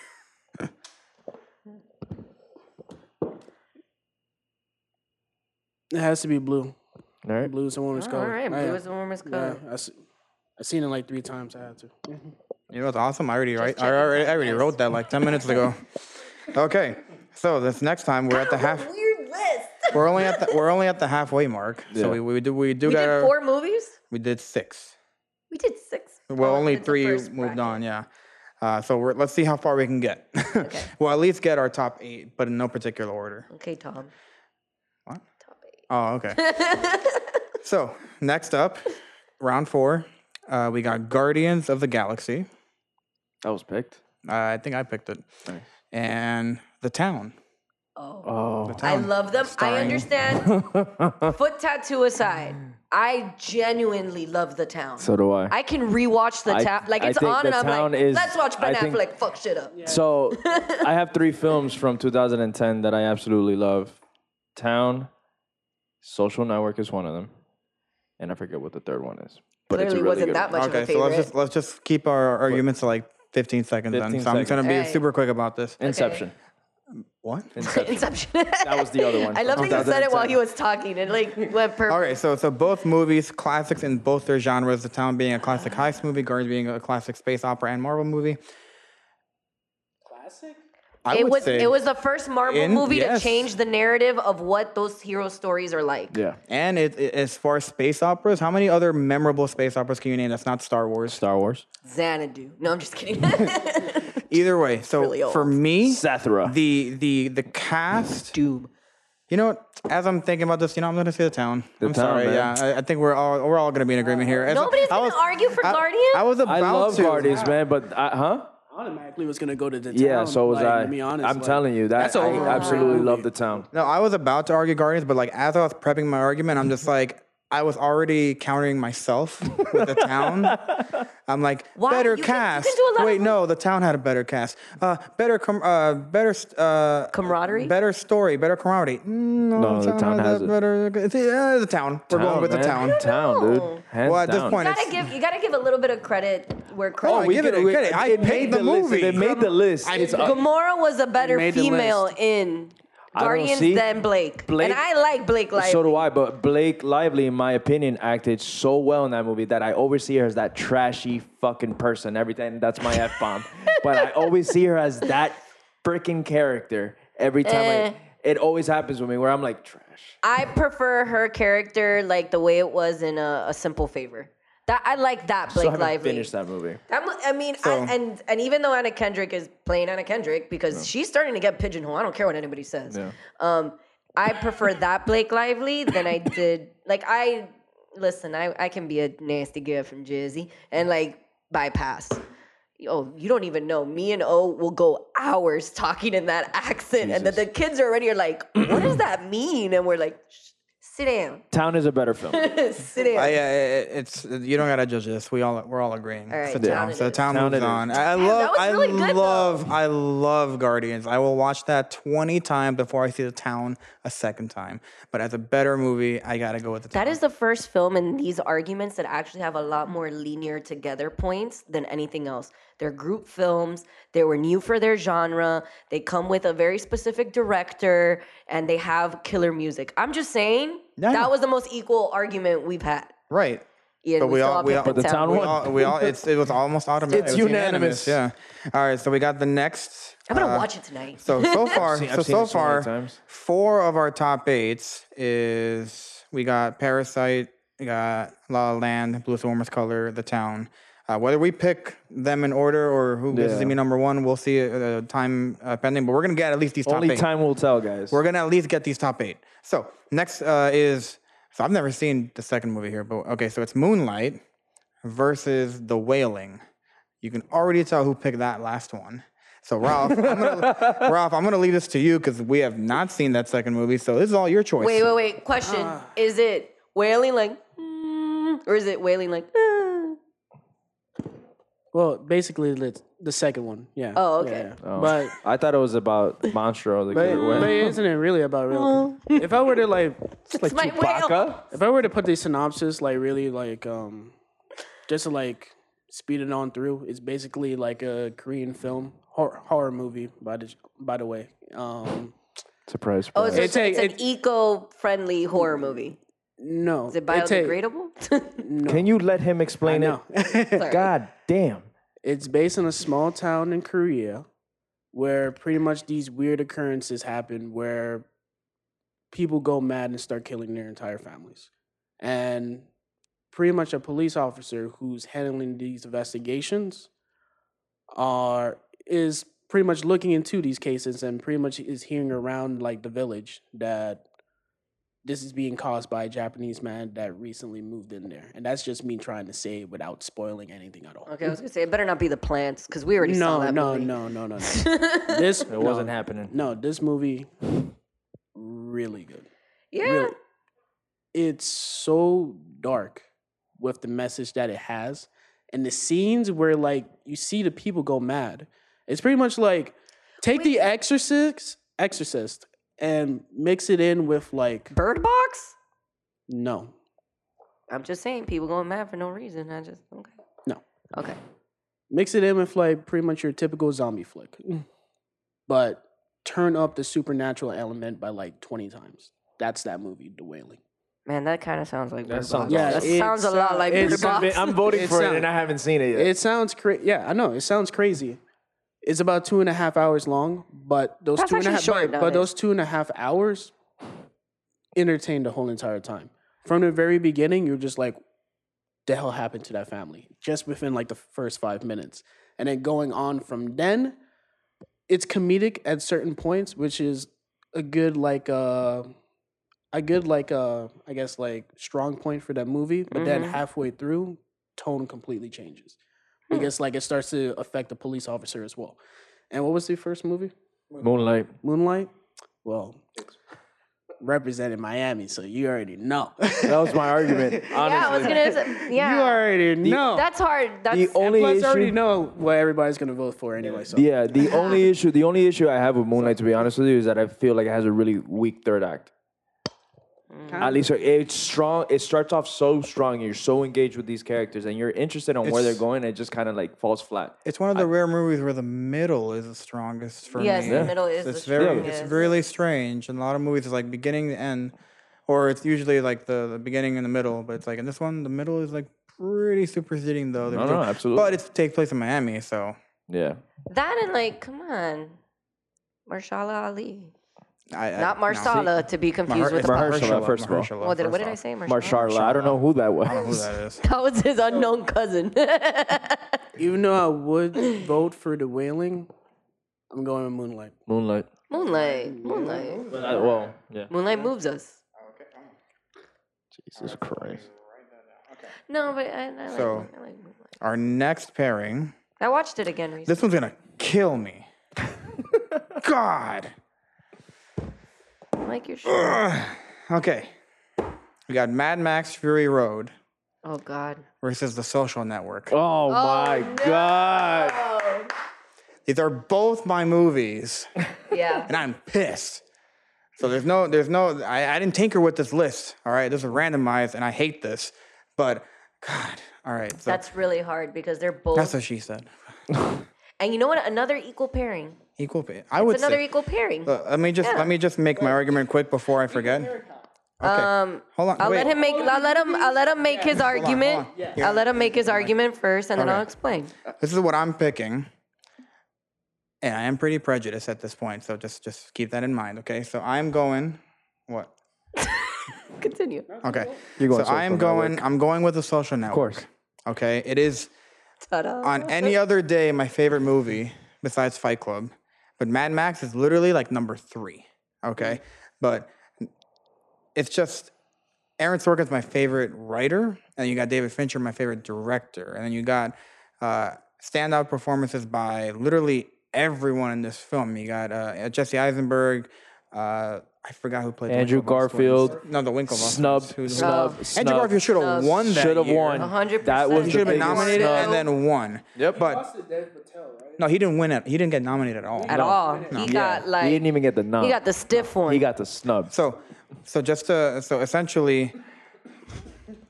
Speaker 5: It has to be blue.
Speaker 3: All right.
Speaker 5: Blue is the warmest
Speaker 2: All
Speaker 5: color.
Speaker 2: right,
Speaker 5: I-
Speaker 2: blue is the warmest
Speaker 5: Yeah,
Speaker 2: color.
Speaker 5: I, s- I seen it like three times. I had to.
Speaker 4: You know what's awesome? I already right, I
Speaker 2: checking
Speaker 4: already, I
Speaker 2: time,
Speaker 4: already
Speaker 2: guys.
Speaker 4: wrote that like ten minutes ago. Okay, so this next time we're at the half.
Speaker 2: Weird list.
Speaker 4: We're only at the we're only at the halfway mark. So
Speaker 3: Yeah.
Speaker 4: we, we do we do
Speaker 2: We
Speaker 3: Uh,
Speaker 4: got
Speaker 2: did
Speaker 4: our-
Speaker 2: four movies.
Speaker 4: we did six.
Speaker 2: We did six.
Speaker 4: Well,
Speaker 2: Oh,
Speaker 4: only
Speaker 2: it's the
Speaker 4: three
Speaker 2: first
Speaker 4: moved
Speaker 2: bracket.
Speaker 4: on, yeah. Uh, so we're, let's see how far we can get. well, at least get our top eight, but in no particular order.
Speaker 2: Okay, Tom.
Speaker 4: What?
Speaker 2: Top eight.
Speaker 4: Oh, okay. so next up, round four, uh, we got Guardians of the Galaxy.
Speaker 3: That was picked.
Speaker 4: Uh, I think I picked it. And The Town.
Speaker 2: Oh.
Speaker 3: Oh.
Speaker 2: I love them. I understand. Foot tattoo aside, I genuinely love the town.
Speaker 3: So do I.
Speaker 2: I can rewatch the
Speaker 3: I-
Speaker 2: town. Like
Speaker 3: I
Speaker 2: it's
Speaker 3: think
Speaker 2: on, and
Speaker 3: The
Speaker 2: I'm
Speaker 3: Town
Speaker 2: like,
Speaker 3: is-
Speaker 2: let's watch Ben
Speaker 3: I think-
Speaker 2: Affleck fuck shit up.
Speaker 3: So I have three films from 2010 that I absolutely love. Town, Social Network is one of them, and I forget what the third one is. But it's
Speaker 2: Clearly
Speaker 3: a really
Speaker 2: wasn't
Speaker 3: good
Speaker 2: that
Speaker 3: one.
Speaker 2: much of
Speaker 4: Okay,
Speaker 2: a
Speaker 4: so
Speaker 2: favorite.
Speaker 4: let's just let's just keep our arguments to like 15 seconds then.
Speaker 3: 15
Speaker 4: So I'm just gonna be
Speaker 2: seconds.
Speaker 4: super quick about this.
Speaker 3: Inception.
Speaker 4: What?
Speaker 3: Inception.
Speaker 2: Inception.
Speaker 3: that was the other one.
Speaker 2: I
Speaker 3: from
Speaker 2: love that you said it while
Speaker 3: 2010.
Speaker 2: he was talking. It like went perfect.
Speaker 4: Okay, so so both movies, classics in both their genres. The Town being a classic
Speaker 2: Ah.
Speaker 4: heist movie, Guardians being a classic space opera and Marvel movie.
Speaker 5: Classic.
Speaker 4: I
Speaker 2: It
Speaker 4: would
Speaker 2: was
Speaker 4: say,
Speaker 2: it was the first Marvel
Speaker 4: In-
Speaker 2: movie
Speaker 4: yes.
Speaker 2: to change the narrative of what those hero stories are like.
Speaker 3: Yeah.
Speaker 4: and it, it- as far as space operas, how many other memorable space operas can you name that's not Star Wars?
Speaker 3: Star Wars.
Speaker 2: Xanadu. No, I'm just kidding.
Speaker 4: Either way, so
Speaker 2: really old.
Speaker 4: for me,
Speaker 3: Zathura.
Speaker 4: the the the cast.
Speaker 2: Doom.
Speaker 4: You know, what? as I'm thinking about this, you know, I'm gonna say the town.
Speaker 3: The
Speaker 4: I'm
Speaker 3: Town,
Speaker 4: sorry,
Speaker 3: man.
Speaker 4: yeah. I, I think we're all we're all gonna be in agreement here. As-
Speaker 2: Nobody's
Speaker 4: I
Speaker 2: gonna argue for
Speaker 4: I-
Speaker 2: Guardians?
Speaker 4: I was about
Speaker 3: I love
Speaker 4: to.
Speaker 3: Guardians, man, but I, huh?
Speaker 5: automatically was gonna go to the town.
Speaker 3: Yeah, so was
Speaker 5: like,
Speaker 3: I.
Speaker 5: To be honest,
Speaker 3: I'm
Speaker 5: like,
Speaker 3: telling you, that
Speaker 5: that's a
Speaker 3: I
Speaker 5: whole
Speaker 3: absolutely
Speaker 5: movie.
Speaker 3: love the town.
Speaker 4: No, I was about to argue Guardians, but like as I was prepping my argument, I'm just like I was already countering myself with the town. I'm like
Speaker 2: Why?
Speaker 4: better
Speaker 2: You can- you can
Speaker 4: cast.
Speaker 2: do a lot of
Speaker 4: Wait,
Speaker 2: them.
Speaker 4: no, the town had a better cast. Uh, better com- uh, better st- uh,
Speaker 2: Camaraderie?
Speaker 4: better story, better camaraderie. Mm, No,
Speaker 3: No, the town
Speaker 4: had
Speaker 3: has
Speaker 4: a
Speaker 3: it.
Speaker 4: better. It's, uh, the town. We're going
Speaker 3: Town,
Speaker 4: with
Speaker 3: man.
Speaker 4: the town.
Speaker 2: know.
Speaker 3: Town, dude. Hands
Speaker 4: Well, at this
Speaker 3: down.
Speaker 4: point,
Speaker 2: You gotta
Speaker 4: it's-
Speaker 2: give you gotta give a little bit of credit where
Speaker 4: Oh,
Speaker 2: credit.
Speaker 4: give it a
Speaker 3: we-
Speaker 4: credit. I
Speaker 3: it
Speaker 4: paid
Speaker 3: made
Speaker 4: the
Speaker 3: list.
Speaker 4: movie.
Speaker 3: They made the list.
Speaker 4: I-
Speaker 3: It's
Speaker 2: Gamora was a better
Speaker 5: made the
Speaker 2: female
Speaker 5: list.
Speaker 2: in
Speaker 3: I don't
Speaker 2: Guardians
Speaker 3: see-
Speaker 2: than Blake.
Speaker 3: Blake-
Speaker 2: And I like Blake Lively.
Speaker 3: So do I, but Blake Lively, in my opinion, acted so well in that movie that I always see her as that trashy fucking person. Every time that's my f bomb, but I always see her as that freaking character. Every time
Speaker 2: Eh.
Speaker 3: I, it always happens with me where I'm like trash.
Speaker 2: I prefer her character like the way it was in a, a Simple Favor. That I like that
Speaker 3: So I
Speaker 2: Blake
Speaker 3: haven't
Speaker 2: Lively.
Speaker 3: finished that movie.
Speaker 2: I'm, I mean,
Speaker 4: So-
Speaker 2: I, and and even though Anna Kendrick is playing Anna Kendrick because she's starting to get pigeonholed. I don't care what anybody says.
Speaker 3: Yeah.
Speaker 2: Um, I prefer that Blake Lively than I did. Like I listen, I, I can be a nasty girl from Jersey and like bypass. Oh, you don't even know. Me and O will go hours talking in that accent, and then the kids are already like, "What does that mean?" And we're like, "Shh, "Sit down,
Speaker 3: Town is a better film.
Speaker 2: sit down."
Speaker 4: I, uh, it's you don't gotta judge this. We all we're all agreeing.
Speaker 2: All right,
Speaker 4: so,
Speaker 2: down
Speaker 4: town,
Speaker 2: it
Speaker 4: so
Speaker 2: is.
Speaker 4: town
Speaker 3: Down it is.
Speaker 4: moves on. I, I
Speaker 2: Damn, that
Speaker 4: love.
Speaker 2: was
Speaker 4: I
Speaker 2: really good, though.
Speaker 4: love. I love Guardians. I will watch that twenty times before I see the town a second time. But as a better movie, I gotta go with the
Speaker 2: That
Speaker 4: town.
Speaker 2: is the first film in these arguments that actually have a lot more linear together points than anything else. They're group films, they were new for their genre, they come with a very specific director, and they have killer music. I'm just saying,
Speaker 4: Yeah, I know.
Speaker 2: that was the most equal argument we've had.
Speaker 4: right.
Speaker 2: Yeah,
Speaker 4: But we all- we all-
Speaker 2: picked
Speaker 4: But
Speaker 3: the town
Speaker 4: We
Speaker 3: One.
Speaker 4: all, we all it's, it was almost automatic.
Speaker 3: It's
Speaker 4: It was
Speaker 3: unanimous.
Speaker 4: Yeah. All right. So we got the next.
Speaker 2: I'm gonna
Speaker 4: uh,
Speaker 2: watch it tonight.
Speaker 4: So so far,
Speaker 3: seen- I've
Speaker 4: so
Speaker 3: seen
Speaker 4: so
Speaker 3: it so many
Speaker 4: far,
Speaker 3: times.
Speaker 4: four of our top eights is we got Parasite, we got La La Land, Blue is the Warmest Color, The Town. Uh, whether we pick them in order or who gets to
Speaker 3: Yeah.
Speaker 4: be number one, we'll see. Uh, time uh, pending, but we're gonna get at least these top
Speaker 3: Only
Speaker 4: eight.
Speaker 3: time will tell, guys.
Speaker 4: We're gonna at least get these top eight. So next uh, is so I've never seen the second movie here, but okay, so it's Moonlight versus The Wailing. You can already tell who picked that last one. So Ralph, I'm gonna, Ralph, I'm gonna leave this to you because we have not seen that second movie, so this is all your choice.
Speaker 2: wait, wait, wait. Question
Speaker 4: Uh.
Speaker 2: Is it wailing like, "Mm," or is it wailing like, "Ah"?
Speaker 5: Well, basically the the second one. Yeah.
Speaker 2: Oh,
Speaker 5: Yeah,
Speaker 2: okay.
Speaker 5: yeah.
Speaker 3: Oh,
Speaker 5: But
Speaker 3: I thought it was about Monstro. The
Speaker 5: but,
Speaker 3: killer whale.
Speaker 5: but isn't it really about
Speaker 2: Oh.
Speaker 5: real? if I were to like
Speaker 2: it's my whale?
Speaker 3: Chewbacca?
Speaker 5: if I were to put the synopsis like really like um just to like speed it on through, it's basically like a Korean film horror, horror movie by the by the way. Um
Speaker 3: Surprise, surprise.
Speaker 2: Oh, so
Speaker 5: It
Speaker 2: it's,
Speaker 5: take-
Speaker 2: it's an
Speaker 5: it-
Speaker 2: eco-friendly horror movie.
Speaker 5: no.
Speaker 2: Is it
Speaker 5: take-
Speaker 2: biodegradable?
Speaker 5: no.
Speaker 3: Can you let him explain it?
Speaker 5: no.
Speaker 3: God damn.
Speaker 5: it's based in a small town in Korea where pretty much these weird occurrences happen where people go mad and start killing their entire families. And pretty much a police officer who's handling these investigations are is pretty much looking into these cases and pretty much is hearing around like the village that this is being caused by a Japanese man that recently moved in there. And that's just me trying to say it without spoiling anything at all.
Speaker 2: Okay, I was gonna say it better not be the plants because we already saw
Speaker 5: No,
Speaker 2: that
Speaker 5: no,
Speaker 2: movie.
Speaker 5: no, no, no, no. this
Speaker 3: It wasn't
Speaker 5: no,
Speaker 3: happening.
Speaker 5: No, this movie really good.
Speaker 2: Yeah,
Speaker 5: Really. It's so dark with the message that it has. And the scenes where like you see the people go mad. It's pretty much like take the exorcist exorcist and mix it in with like
Speaker 2: Bird Box.
Speaker 5: no.
Speaker 2: I'm just saying, people going mad for no reason. I just okay.
Speaker 5: No.
Speaker 2: Okay.
Speaker 5: Mix it in with like pretty much your typical zombie flick. But turn up the supernatural element by like 20 times. That's that movie, The Wailing.
Speaker 2: Man, that kind of sounds like
Speaker 3: That
Speaker 2: Bird
Speaker 3: sounds
Speaker 2: Box.
Speaker 5: Yeah,
Speaker 2: that
Speaker 5: it
Speaker 2: sounds a lot
Speaker 5: sound-
Speaker 2: like
Speaker 5: it
Speaker 2: Bird
Speaker 5: sound-
Speaker 2: Box.
Speaker 3: I'm voting
Speaker 5: It's
Speaker 3: for
Speaker 5: not-
Speaker 3: it and I haven't seen it yet.
Speaker 5: It sounds crazy. Yeah, I know. It sounds crazy. It's about two and a half hours long, but those
Speaker 2: That's
Speaker 5: two and a
Speaker 2: actually
Speaker 5: half
Speaker 2: short
Speaker 5: but, but
Speaker 2: nowadays.
Speaker 5: those two and a half hours entertained the whole entire time. From the very beginning, you're just like, the hell happened to that family? Just within like the first five minutes. And then going on from then, it's comedic at certain points, which is a good like uh a good like uh I guess like strong point for that movie. But then
Speaker 2: Mhm.
Speaker 5: halfway through, tone completely changes. Because like it starts to affect the police officer as well. And what was the first movie?
Speaker 3: Moonlight.
Speaker 5: Moonlight? Well represented Miami, so you already know.
Speaker 3: That was my argument. Honestly.
Speaker 2: yeah, I was gonna. Say, yeah,
Speaker 5: You already know.
Speaker 2: that's hard. That's
Speaker 3: the only
Speaker 5: Plus, I
Speaker 3: issue.
Speaker 5: already know what everybody's gonna vote for anyway. So
Speaker 3: Yeah, the only issue, the only issue I have with Moonlight, to be honest with you, is that I feel like it has a really weak third act.
Speaker 2: Mm.
Speaker 3: At least it's strong. It starts off so strong. You're so engaged with these characters, and you're interested on where they're
Speaker 4: It's-
Speaker 3: going. and It just kind of like falls flat.
Speaker 4: It's one of the rare movies where the middle is the strongest for
Speaker 2: yes,
Speaker 4: me.
Speaker 2: the middle is.
Speaker 4: It's
Speaker 2: the
Speaker 4: very,
Speaker 2: strongest.
Speaker 4: it's really strange. In a lot of movies, it's like beginning to end, or it's usually like the, the beginning and the middle. But it's like in this one, the middle is like pretty superseding though.
Speaker 3: No, no, absolutely.
Speaker 4: But it takes place in Miami, so
Speaker 3: Yeah,
Speaker 2: that and like, come on, Marshala Ali,
Speaker 4: I, I
Speaker 2: not
Speaker 4: no.
Speaker 2: Marsala to be confused
Speaker 4: Mahar-
Speaker 2: with.
Speaker 4: it's
Speaker 2: the
Speaker 3: Maher-
Speaker 2: pop-
Speaker 3: Mahershala, first of all.
Speaker 4: Mahershala,
Speaker 2: Well, then what
Speaker 4: first
Speaker 2: did I
Speaker 4: off.
Speaker 2: say? Marshala.
Speaker 3: Marsharla. I don't know who that was.
Speaker 4: I don't know who that is.
Speaker 2: That was his unknown cousin.
Speaker 5: even though I would vote for the Wailing, I'm going with Moonlight.
Speaker 3: Moonlight.
Speaker 2: Moonlight, Moonlight,
Speaker 3: well, yeah.
Speaker 2: Moonlight moves us.
Speaker 3: Jesus Christ.
Speaker 2: No, but I, I like,
Speaker 4: So-
Speaker 2: I like Moonlight.
Speaker 4: Our next pairing.
Speaker 2: I watched it again recently.
Speaker 4: This one's gonna kill me. God.
Speaker 2: I like your shirt.
Speaker 4: Okay. We got Mad Max Fury Road
Speaker 2: Oh God.
Speaker 4: versus The Social Network.
Speaker 3: Oh, my god.
Speaker 4: These are both my movies,
Speaker 2: Yeah.
Speaker 4: and I'm pissed. So there's no, there's no. I, I didn't tinker with this list. All right, this is randomized, and I hate this. But God, all right. So that's,
Speaker 2: That's really hard because they're both.
Speaker 4: what she said.
Speaker 2: and you know what? Another equal pairing.
Speaker 4: Equal pay. I would
Speaker 2: It's another
Speaker 4: say.
Speaker 2: equal pairing.
Speaker 4: Look, let me just let me just make my argument quick before I forget. Okay. Um, hold on.
Speaker 2: I'll
Speaker 4: wait.
Speaker 2: let him make. I'll let him. I'll let him make his
Speaker 4: on,
Speaker 2: argument.
Speaker 4: hold on.
Speaker 2: I'll let him make his argument first, and then
Speaker 4: Okay.
Speaker 2: I'll explain.
Speaker 4: This is what I'm picking. And I am pretty prejudiced at this point, so just just keep that in mind, okay? So I'm going what?
Speaker 2: Continue.
Speaker 4: Okay.
Speaker 3: You're going
Speaker 4: so I am
Speaker 3: Social
Speaker 4: going
Speaker 3: Network.
Speaker 4: I'm going with a social network. Of
Speaker 3: course.
Speaker 4: Okay. It is
Speaker 2: Ta-da.
Speaker 4: on any other day my favorite movie besides Fight Club. But Mad Max is literally like number three. Okay. But it's just Aaron Sorkin's my favorite writer, and you got David Fincher, my favorite director, and then you got uh, standout performances by literally everyone in this film. You got uh, Jesse Eisenberg. Uh, I forgot who played the
Speaker 3: Andrew
Speaker 4: Winklevoss twins.
Speaker 3: Garfield.
Speaker 4: No, the Winklevoss.
Speaker 3: Snub,
Speaker 4: twins. Who the-
Speaker 3: snub, snub.
Speaker 4: Andrew Garfield should have
Speaker 2: Snubs.
Speaker 4: won that.
Speaker 3: should have
Speaker 4: year.
Speaker 3: won.
Speaker 2: Oh. A hundred
Speaker 3: That
Speaker 2: percent.
Speaker 3: was
Speaker 4: He
Speaker 3: the
Speaker 4: should have been
Speaker 3: biggest
Speaker 4: nominated
Speaker 3: snub.
Speaker 4: and then won.
Speaker 3: Yep.
Speaker 4: But no, he didn't win it. He didn't get nominated at all.
Speaker 2: At all. He got like.
Speaker 3: he didn't even get the nom.
Speaker 2: He got the stiff one.
Speaker 3: He got the snub.
Speaker 4: So, so just to, so essentially,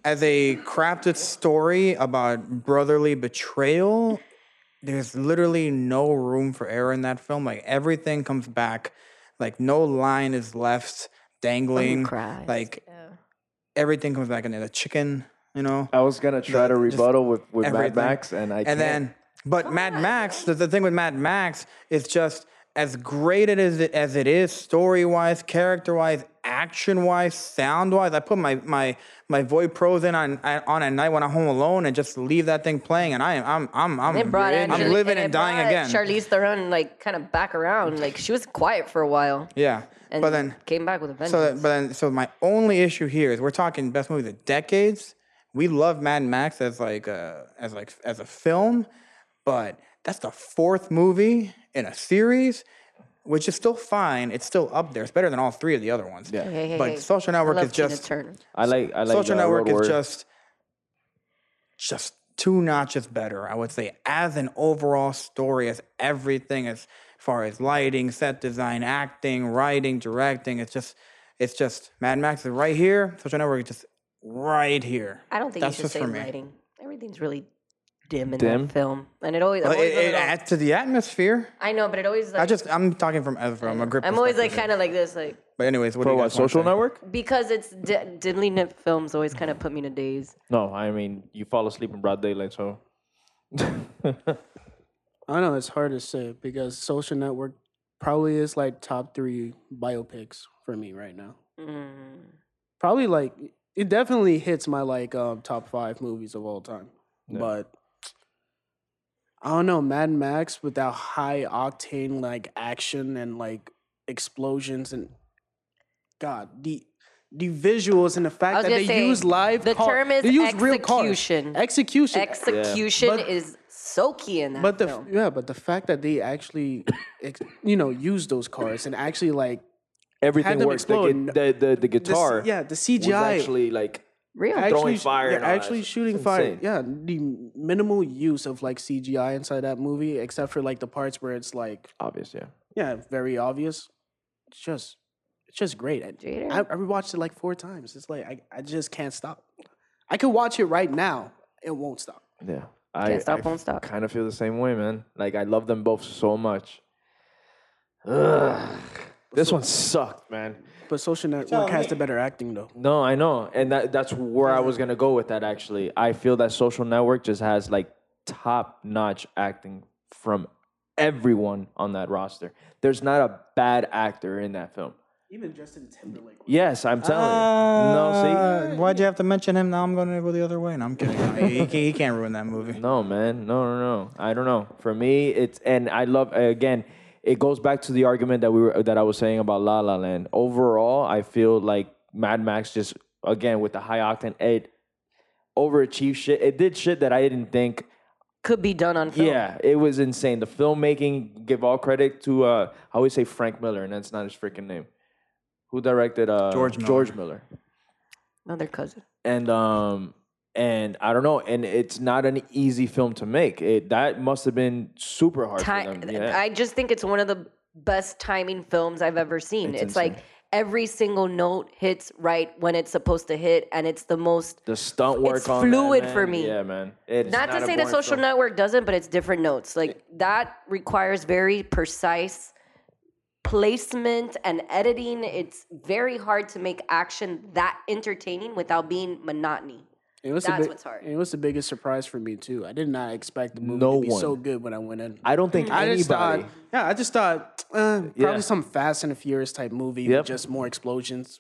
Speaker 4: as a crafted story about brotherly betrayal, there's literally no room for error in that film. Like everything comes back, like no line is left dangling.
Speaker 2: Christ,
Speaker 4: Like everything comes back in there. The chicken, you know.
Speaker 3: I was gonna try
Speaker 4: The-
Speaker 3: to
Speaker 4: just
Speaker 3: rebuttal with, with Mad
Speaker 4: everything.
Speaker 3: Max, and I can't.
Speaker 4: and then but Mad Max the, the thing with Mad Max is just as great it is as it is story wise character wise action wise sound wise I put my my my Void Pros in on on at night when I'm home alone and just leave that thing playing and I am I'm I'm I'm,
Speaker 2: They brought
Speaker 4: I'm
Speaker 2: Angela-
Speaker 4: living
Speaker 2: they
Speaker 4: and dying
Speaker 2: brought
Speaker 4: again
Speaker 2: Charlize Theron like kind of back around. Like she was quiet for a while.
Speaker 4: yeah
Speaker 2: And
Speaker 4: but then
Speaker 2: came back with a vengeance.
Speaker 4: So, that, but then, so my only issue here is we're talking best movie of the decades. We love Mad Max as like a, as like as a film, but that's the fourth movie in a series, which is still fine. It's still up there. It's better than all three of the other ones.
Speaker 3: Yeah.
Speaker 2: Hey, hey,
Speaker 4: but
Speaker 2: hey.
Speaker 4: Social
Speaker 2: I
Speaker 4: Network
Speaker 2: love
Speaker 4: is
Speaker 2: Tina
Speaker 4: just
Speaker 2: Turner.
Speaker 3: I like I like
Speaker 4: Social
Speaker 3: uh,
Speaker 4: Network
Speaker 3: Road
Speaker 4: is
Speaker 3: Warrior.
Speaker 4: just just two notches better, I would say, as an overall story, as everything as far as lighting, set design, acting, writing, directing. It's just it's just Mad Max is right here. Social Network is just right here.
Speaker 2: I don't think
Speaker 4: That's
Speaker 2: you should
Speaker 4: just
Speaker 2: say
Speaker 4: for me.
Speaker 2: lighting. Everything's really dim in
Speaker 3: Dim?
Speaker 2: that film, and it always. I'm
Speaker 4: But
Speaker 2: always
Speaker 4: it,
Speaker 2: a
Speaker 4: it
Speaker 2: little-
Speaker 4: adds to the atmosphere.
Speaker 2: I know, but it always. Like,
Speaker 4: I just I'm talking from as from a grip.
Speaker 2: I'm always like
Speaker 4: perspective.
Speaker 2: kind of like this, like
Speaker 4: But anyways, what do
Speaker 3: Bro,
Speaker 4: you
Speaker 3: what,
Speaker 4: guys wanna
Speaker 3: Social
Speaker 4: say?
Speaker 3: Network?
Speaker 2: because it's di- diddly nip films always kind of put me in a daze.
Speaker 3: No, I mean you fall asleep in broad daylight, so
Speaker 5: I know it's hard to say because Social Network probably is like top three biopics for me right now.
Speaker 2: Mm.
Speaker 5: Probably like it definitely hits my like um, top five movies of all time, but I don't know Mad Max with that high octane like action and like explosions and God the. The visuals and the fact
Speaker 2: was
Speaker 5: that
Speaker 2: gonna
Speaker 5: they
Speaker 2: say,
Speaker 5: use live
Speaker 2: the
Speaker 5: car-
Speaker 2: term is
Speaker 5: they use real cars.
Speaker 2: execution.
Speaker 5: Execution.
Speaker 2: Execution
Speaker 5: But-
Speaker 2: is so key in that
Speaker 5: But the f-
Speaker 2: film.
Speaker 5: yeah, but the fact that they actually, ex- you know, use those cars and actually like
Speaker 3: everything
Speaker 5: them
Speaker 3: works. The, gu-
Speaker 5: explode.
Speaker 3: the, the the
Speaker 5: the, c-
Speaker 3: guitar,
Speaker 5: yeah, the
Speaker 3: was
Speaker 5: CGI
Speaker 3: actually like
Speaker 2: Real.
Speaker 5: actually
Speaker 3: throwing
Speaker 5: sh-
Speaker 3: fire
Speaker 5: yeah,
Speaker 3: and all that
Speaker 5: actually
Speaker 3: shit.
Speaker 5: shooting
Speaker 3: It's
Speaker 5: fire.
Speaker 3: insane.
Speaker 5: Yeah, the minimal use of like CGI inside that movie, except for like the parts where it's like
Speaker 3: obvious, yeah.
Speaker 5: yeah, very obvious. It's just, it's just great. I,
Speaker 2: Jader.
Speaker 5: I, I rewatched it like four times. It's like I, I just can't stop. I could watch it right now. It won't stop.
Speaker 3: Yeah. I,
Speaker 2: Can't stop, won't stop.
Speaker 3: Kind of feel the same way, man. Like I love them both so much. Ugh. This one sucked, man.
Speaker 5: But Social Network has the better acting though.
Speaker 3: No, I know, and that that's where I
Speaker 5: Mm-hmm.
Speaker 3: was gonna go with that. Actually, I feel that Social Network just has like top notch acting from everyone on that roster. There's not a bad actor in that film.
Speaker 5: Even Justin Timberlake. Ah,
Speaker 3: Yes, I'm telling you. No, see.
Speaker 4: Uh, why'd you have to mention him? Now I'm going to go the other way, and I'm kidding. he, he can't- he can't ruin that movie.
Speaker 3: No, man. No, no, no. I don't know. For me, it's and I love again. It goes back to the argument that we were that I was saying about La La Land. Overall, I feel like Mad Max just again with the high octane. It overachieved shit. It did shit that I didn't think.
Speaker 2: Could be done on film.
Speaker 3: Yeah, it was insane. The filmmaking, give all credit to uh, I always say Frank Miller, and that's not his freaking name. Who directed uh,
Speaker 4: George Miller.
Speaker 3: George Miller.
Speaker 2: Another cousin.
Speaker 3: and um and I don't know, and it's not an easy film to make. It that must have been super hard
Speaker 2: Ti-
Speaker 3: for them. Yeah.
Speaker 2: I just think it's one of the best timing films I've ever seen.
Speaker 3: It's
Speaker 2: It's, like
Speaker 3: insane.
Speaker 2: every single note hits right when it's supposed to hit, and it's the most.
Speaker 3: the stunt work
Speaker 2: it's
Speaker 3: on that,
Speaker 2: fluid
Speaker 3: man.
Speaker 2: for me.
Speaker 3: Yeah, man. It's
Speaker 2: Not, to
Speaker 3: a
Speaker 2: say that
Speaker 3: boring
Speaker 2: Social
Speaker 3: film.
Speaker 2: Network doesn't, but it's different notes. Like that requires very precise placement and editing. It's very hard to make action that entertaining without being monotony.
Speaker 5: It was
Speaker 2: That's
Speaker 5: the big-
Speaker 2: what's hard.
Speaker 5: It was the biggest surprise for me too. I did not expect the movie
Speaker 3: No
Speaker 5: to be so
Speaker 3: one.
Speaker 5: good when I went in.
Speaker 3: I don't think
Speaker 5: I
Speaker 3: anybody.
Speaker 5: just thought, yeah, I just thought uh,
Speaker 3: Yeah.
Speaker 5: probably some Fast and Furious type movie, with
Speaker 3: Yep.
Speaker 5: just more explosions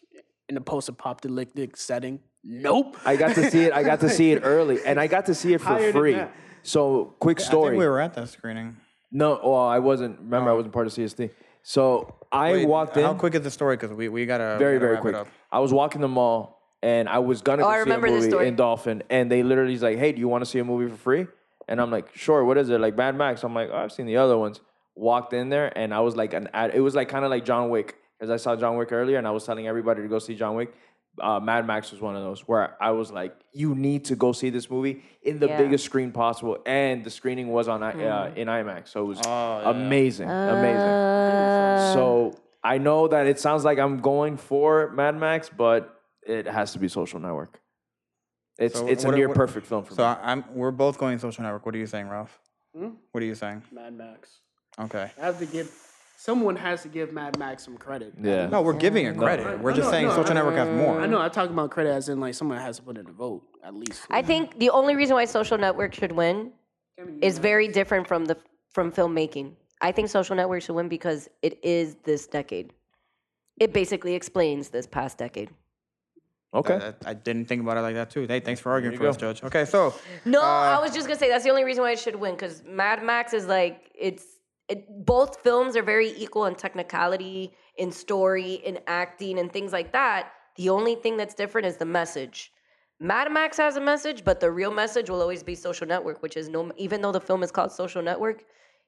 Speaker 5: in a post-apocalyptic setting. Nope.
Speaker 3: I got to see it. I got to see it early, and I got to see it for
Speaker 5: Higher than
Speaker 3: free.
Speaker 5: that.
Speaker 3: So quick
Speaker 4: I think
Speaker 3: story.
Speaker 4: we were at that screening.
Speaker 3: no, well, I wasn't. Remember, I wasn't part of CST. So I
Speaker 4: Wait,
Speaker 3: walked in.
Speaker 4: How quick is the story? Because we, we gotta
Speaker 3: very
Speaker 4: gotta
Speaker 3: very
Speaker 4: wrap it
Speaker 3: quick.
Speaker 4: up.
Speaker 3: I was walking the mall and I was gonna
Speaker 2: Oh,
Speaker 3: go
Speaker 2: I
Speaker 3: see a
Speaker 2: remember this
Speaker 3: movie
Speaker 2: story.
Speaker 3: in Dolphin, and they literally is like, "Hey, do you want to see a movie for free?" And I'm like, "Sure, what is it?" Like Mad Max. I'm like, oh, "I've seen the other ones." Walked in there and I was like an ad. It was like kind of like John Wick because I saw John Wick earlier, and I was telling everybody to go see John Wick. Uh, Mad Max was one of those where I was like, "You need to go see this movie in the
Speaker 2: Yeah. Hmm.
Speaker 3: biggest screen possible," and the screening was on I- uh, in IMAX, so it
Speaker 4: Oh,
Speaker 3: was amazing, amazing.
Speaker 4: Uh,
Speaker 3: So I know that it sounds like I'm going for Mad Max, but it has to be Social Network. It's
Speaker 4: So
Speaker 3: it's a
Speaker 4: what-
Speaker 3: near
Speaker 4: what-
Speaker 3: perfect film for
Speaker 4: So
Speaker 3: me.
Speaker 4: I, I'm we're both going social network. What are you saying, Ralph?
Speaker 5: Hmm?
Speaker 4: What are you saying?
Speaker 5: Mad Max.
Speaker 4: Okay.
Speaker 5: I have to give. Someone has to give Mad Max some credit.
Speaker 3: yeah.
Speaker 4: No, we're giving it credit. We're
Speaker 5: No,
Speaker 4: just
Speaker 5: no,
Speaker 4: saying
Speaker 5: no,
Speaker 4: social
Speaker 5: I-
Speaker 4: network has more.
Speaker 5: I know. I talk about credit as in like someone has to put in a vote at least.
Speaker 2: I think the only reason why Social Network should win is very different from the from filmmaking. I think Social Network should win because it is this decade. It basically explains this past decade.
Speaker 3: Okay.
Speaker 4: I, I- I didn't think about it like that too. Hey, thanks for arguing
Speaker 3: you
Speaker 4: for us,
Speaker 3: go.
Speaker 4: Judge. Okay, so
Speaker 2: No,
Speaker 3: Uh,
Speaker 2: I was just gonna say that's the only reason why it should win because Mad Max is like it's it, both films are very equal in technicality, in story, in acting, and things like that. The only thing that's different is the message. Mad Max has a message, but the real message will always be Social Network, which is no. Even though the film is called Social Network,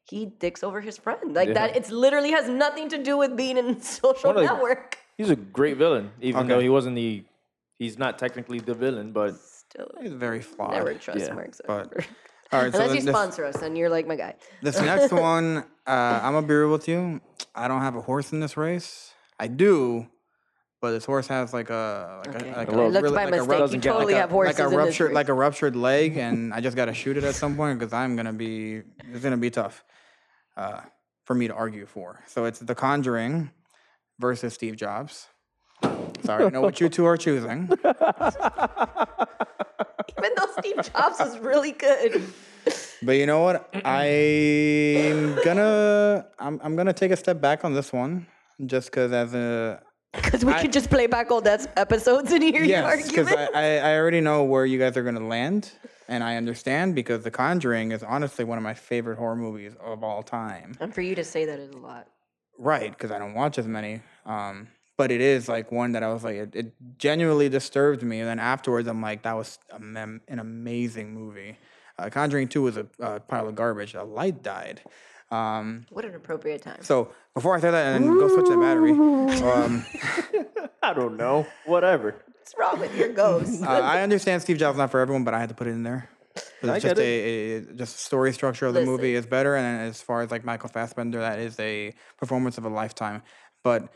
Speaker 2: he dicks over his friend like that. It's literally has nothing to do with being in Social
Speaker 3: One of the-
Speaker 2: Network.
Speaker 3: He's a great villain, even
Speaker 4: Okay.
Speaker 3: though he wasn't the he's not technically the villain, but
Speaker 2: Still,
Speaker 4: it's very flawed.
Speaker 2: never trust
Speaker 3: yeah,
Speaker 2: Mark
Speaker 4: but-
Speaker 2: Zuckerberg.
Speaker 4: All right, so
Speaker 2: Unless you
Speaker 4: this, this-
Speaker 2: sponsor us, and you're like my guy.
Speaker 4: this next one, uh, I'm gonna be real with you. I don't have a horse in this race. I do, but this horse has like a like
Speaker 2: Okay.
Speaker 4: a like
Speaker 2: I
Speaker 4: a,
Speaker 2: looked
Speaker 4: really-
Speaker 2: by
Speaker 4: like a
Speaker 2: mistake.
Speaker 4: rub-
Speaker 2: You
Speaker 4: like a-
Speaker 2: totally have horses in
Speaker 4: like a
Speaker 2: this
Speaker 4: ruptured
Speaker 2: race.
Speaker 4: like a ruptured leg, and I just gotta shoot it at some point because I'm gonna be it's gonna be tough uh, for me to argue for. So it's The Conjuring versus Steve Jobs. So I already know what you two are choosing.
Speaker 2: Even though Steve Jobs is really good.
Speaker 4: But you know what? I'm gonna I'm, I'm gonna take a step back on this one, just because as a
Speaker 2: Because we could just play back all that episodes and hear your
Speaker 4: yes, because I,
Speaker 2: argument.
Speaker 4: I I already know where you guys are gonna land, and I understand because The Conjuring is honestly one of my favorite horror movies of all time.
Speaker 2: and for you to say that is a lot.
Speaker 4: Right, because I don't watch as many. Um, but it is like one that I was like it, it genuinely disturbed me. And then afterwards, I'm like that was a mem- an amazing movie. Uh, Conjuring Two was a, a pile of garbage. A light died. Um,
Speaker 2: What an appropriate time.
Speaker 4: So before I say that and go switch the battery, um,
Speaker 3: I don't know. Whatever.
Speaker 2: What's wrong with your ghost?
Speaker 4: uh, I understand Steve Jobs not for everyone, but I had to put it in there. 'Cause It's
Speaker 3: I
Speaker 4: just
Speaker 3: get
Speaker 4: a, a just story structure of the movie is better, and as far as like Michael Fassbender, that is a performance of a lifetime. But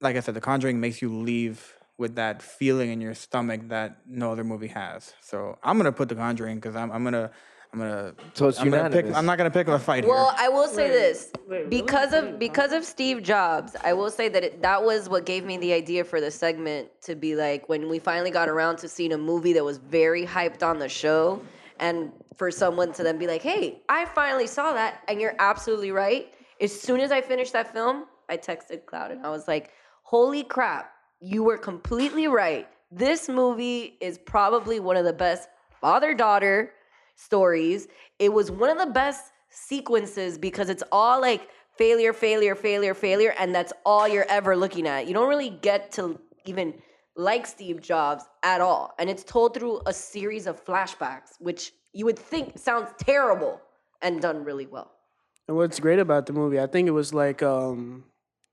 Speaker 4: like I said, The Conjuring makes you leave with that feeling in your stomach that no other movie has. So I'm gonna put The Conjuring because I'm, I'm gonna I'm gonna
Speaker 3: So it's
Speaker 4: I'm, gonna pick,
Speaker 3: unanimous.
Speaker 4: I'm not gonna pick a fight
Speaker 2: well,
Speaker 4: here.
Speaker 2: I will say this. because of because of Steve Jobs, I will say that it, that was what gave me the idea for the segment to be like when we finally got around to seeing a movie that was very hyped on the show and for someone to then be like, "Hey, I finally saw that." And you're absolutely right. As soon as I finished that film, I texted Cloud and I was like, "Holy crap, you were completely right. This movie is probably one of the best father-daughter stories. It was one of the best sequences because it's all like failure, failure, failure, failure, and that's all you're ever looking at. You don't really get to even like Steve Jobs at all. And it's told through a series of flashbacks, which you would think sounds terrible and done really well.
Speaker 5: And what's great about the movie, I think it was like um,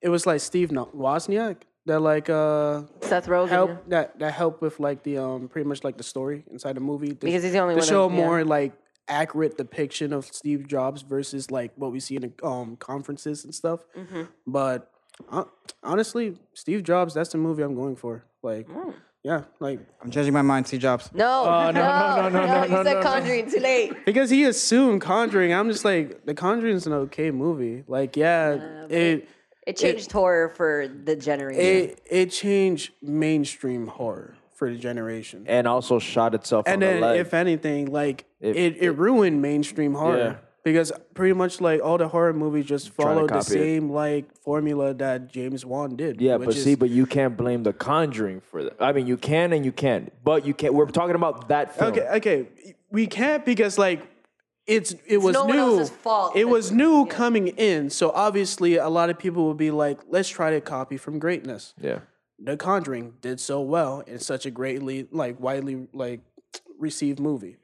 Speaker 5: it was like Steve No- Wozniak that like uh
Speaker 2: Seth Rogen.
Speaker 5: help
Speaker 2: yeah.
Speaker 5: that that helped with like the um pretty much like the story inside the movie to,
Speaker 2: Because he's the only one
Speaker 5: to
Speaker 2: that-
Speaker 5: show a
Speaker 2: yeah.
Speaker 5: more like accurate depiction of Steve Jobs versus like what we see in the, um conferences and stuff.
Speaker 2: Mm-hmm.
Speaker 5: But uh, honestly, Steve Jobs, that's the movie I'm going for. Like,
Speaker 2: Mm.
Speaker 5: yeah, like
Speaker 4: I'm changing my mind. See Jobs.
Speaker 2: No,
Speaker 3: Oh, no, no, no, no, no,
Speaker 2: You
Speaker 3: no,
Speaker 2: said
Speaker 3: no, no.
Speaker 2: Conjuring too late.
Speaker 5: because he assumed Conjuring. I'm just like the Conjuring's an okay movie. Like, yeah, it
Speaker 2: It changed horror for the generation.
Speaker 5: it it changed mainstream horror for the generation.
Speaker 3: and also shot itself
Speaker 5: and
Speaker 3: on
Speaker 5: then
Speaker 3: the leg.
Speaker 5: if anything like
Speaker 3: If-
Speaker 5: it, it ruined mainstream horror
Speaker 3: Yeah.
Speaker 5: because pretty much like all the horror movies just
Speaker 3: to
Speaker 5: followed the
Speaker 3: copy it.
Speaker 5: same like formula that james wan did
Speaker 3: yeah,
Speaker 5: which
Speaker 3: but
Speaker 5: is-
Speaker 3: see, but you can't blame The Conjuring for that. I mean, you can and you can't, but you can't. We're talking about that film.
Speaker 4: uh,
Speaker 5: okay okay we can't because like it's it was
Speaker 2: no one
Speaker 5: new
Speaker 2: else's fault
Speaker 5: it
Speaker 2: that
Speaker 5: was
Speaker 2: we-
Speaker 5: new coming in so obviously a lot of people will be like let's try to copy from greatness
Speaker 3: Yeah.
Speaker 5: the conjuring did so well in such a greatly like widely like received movie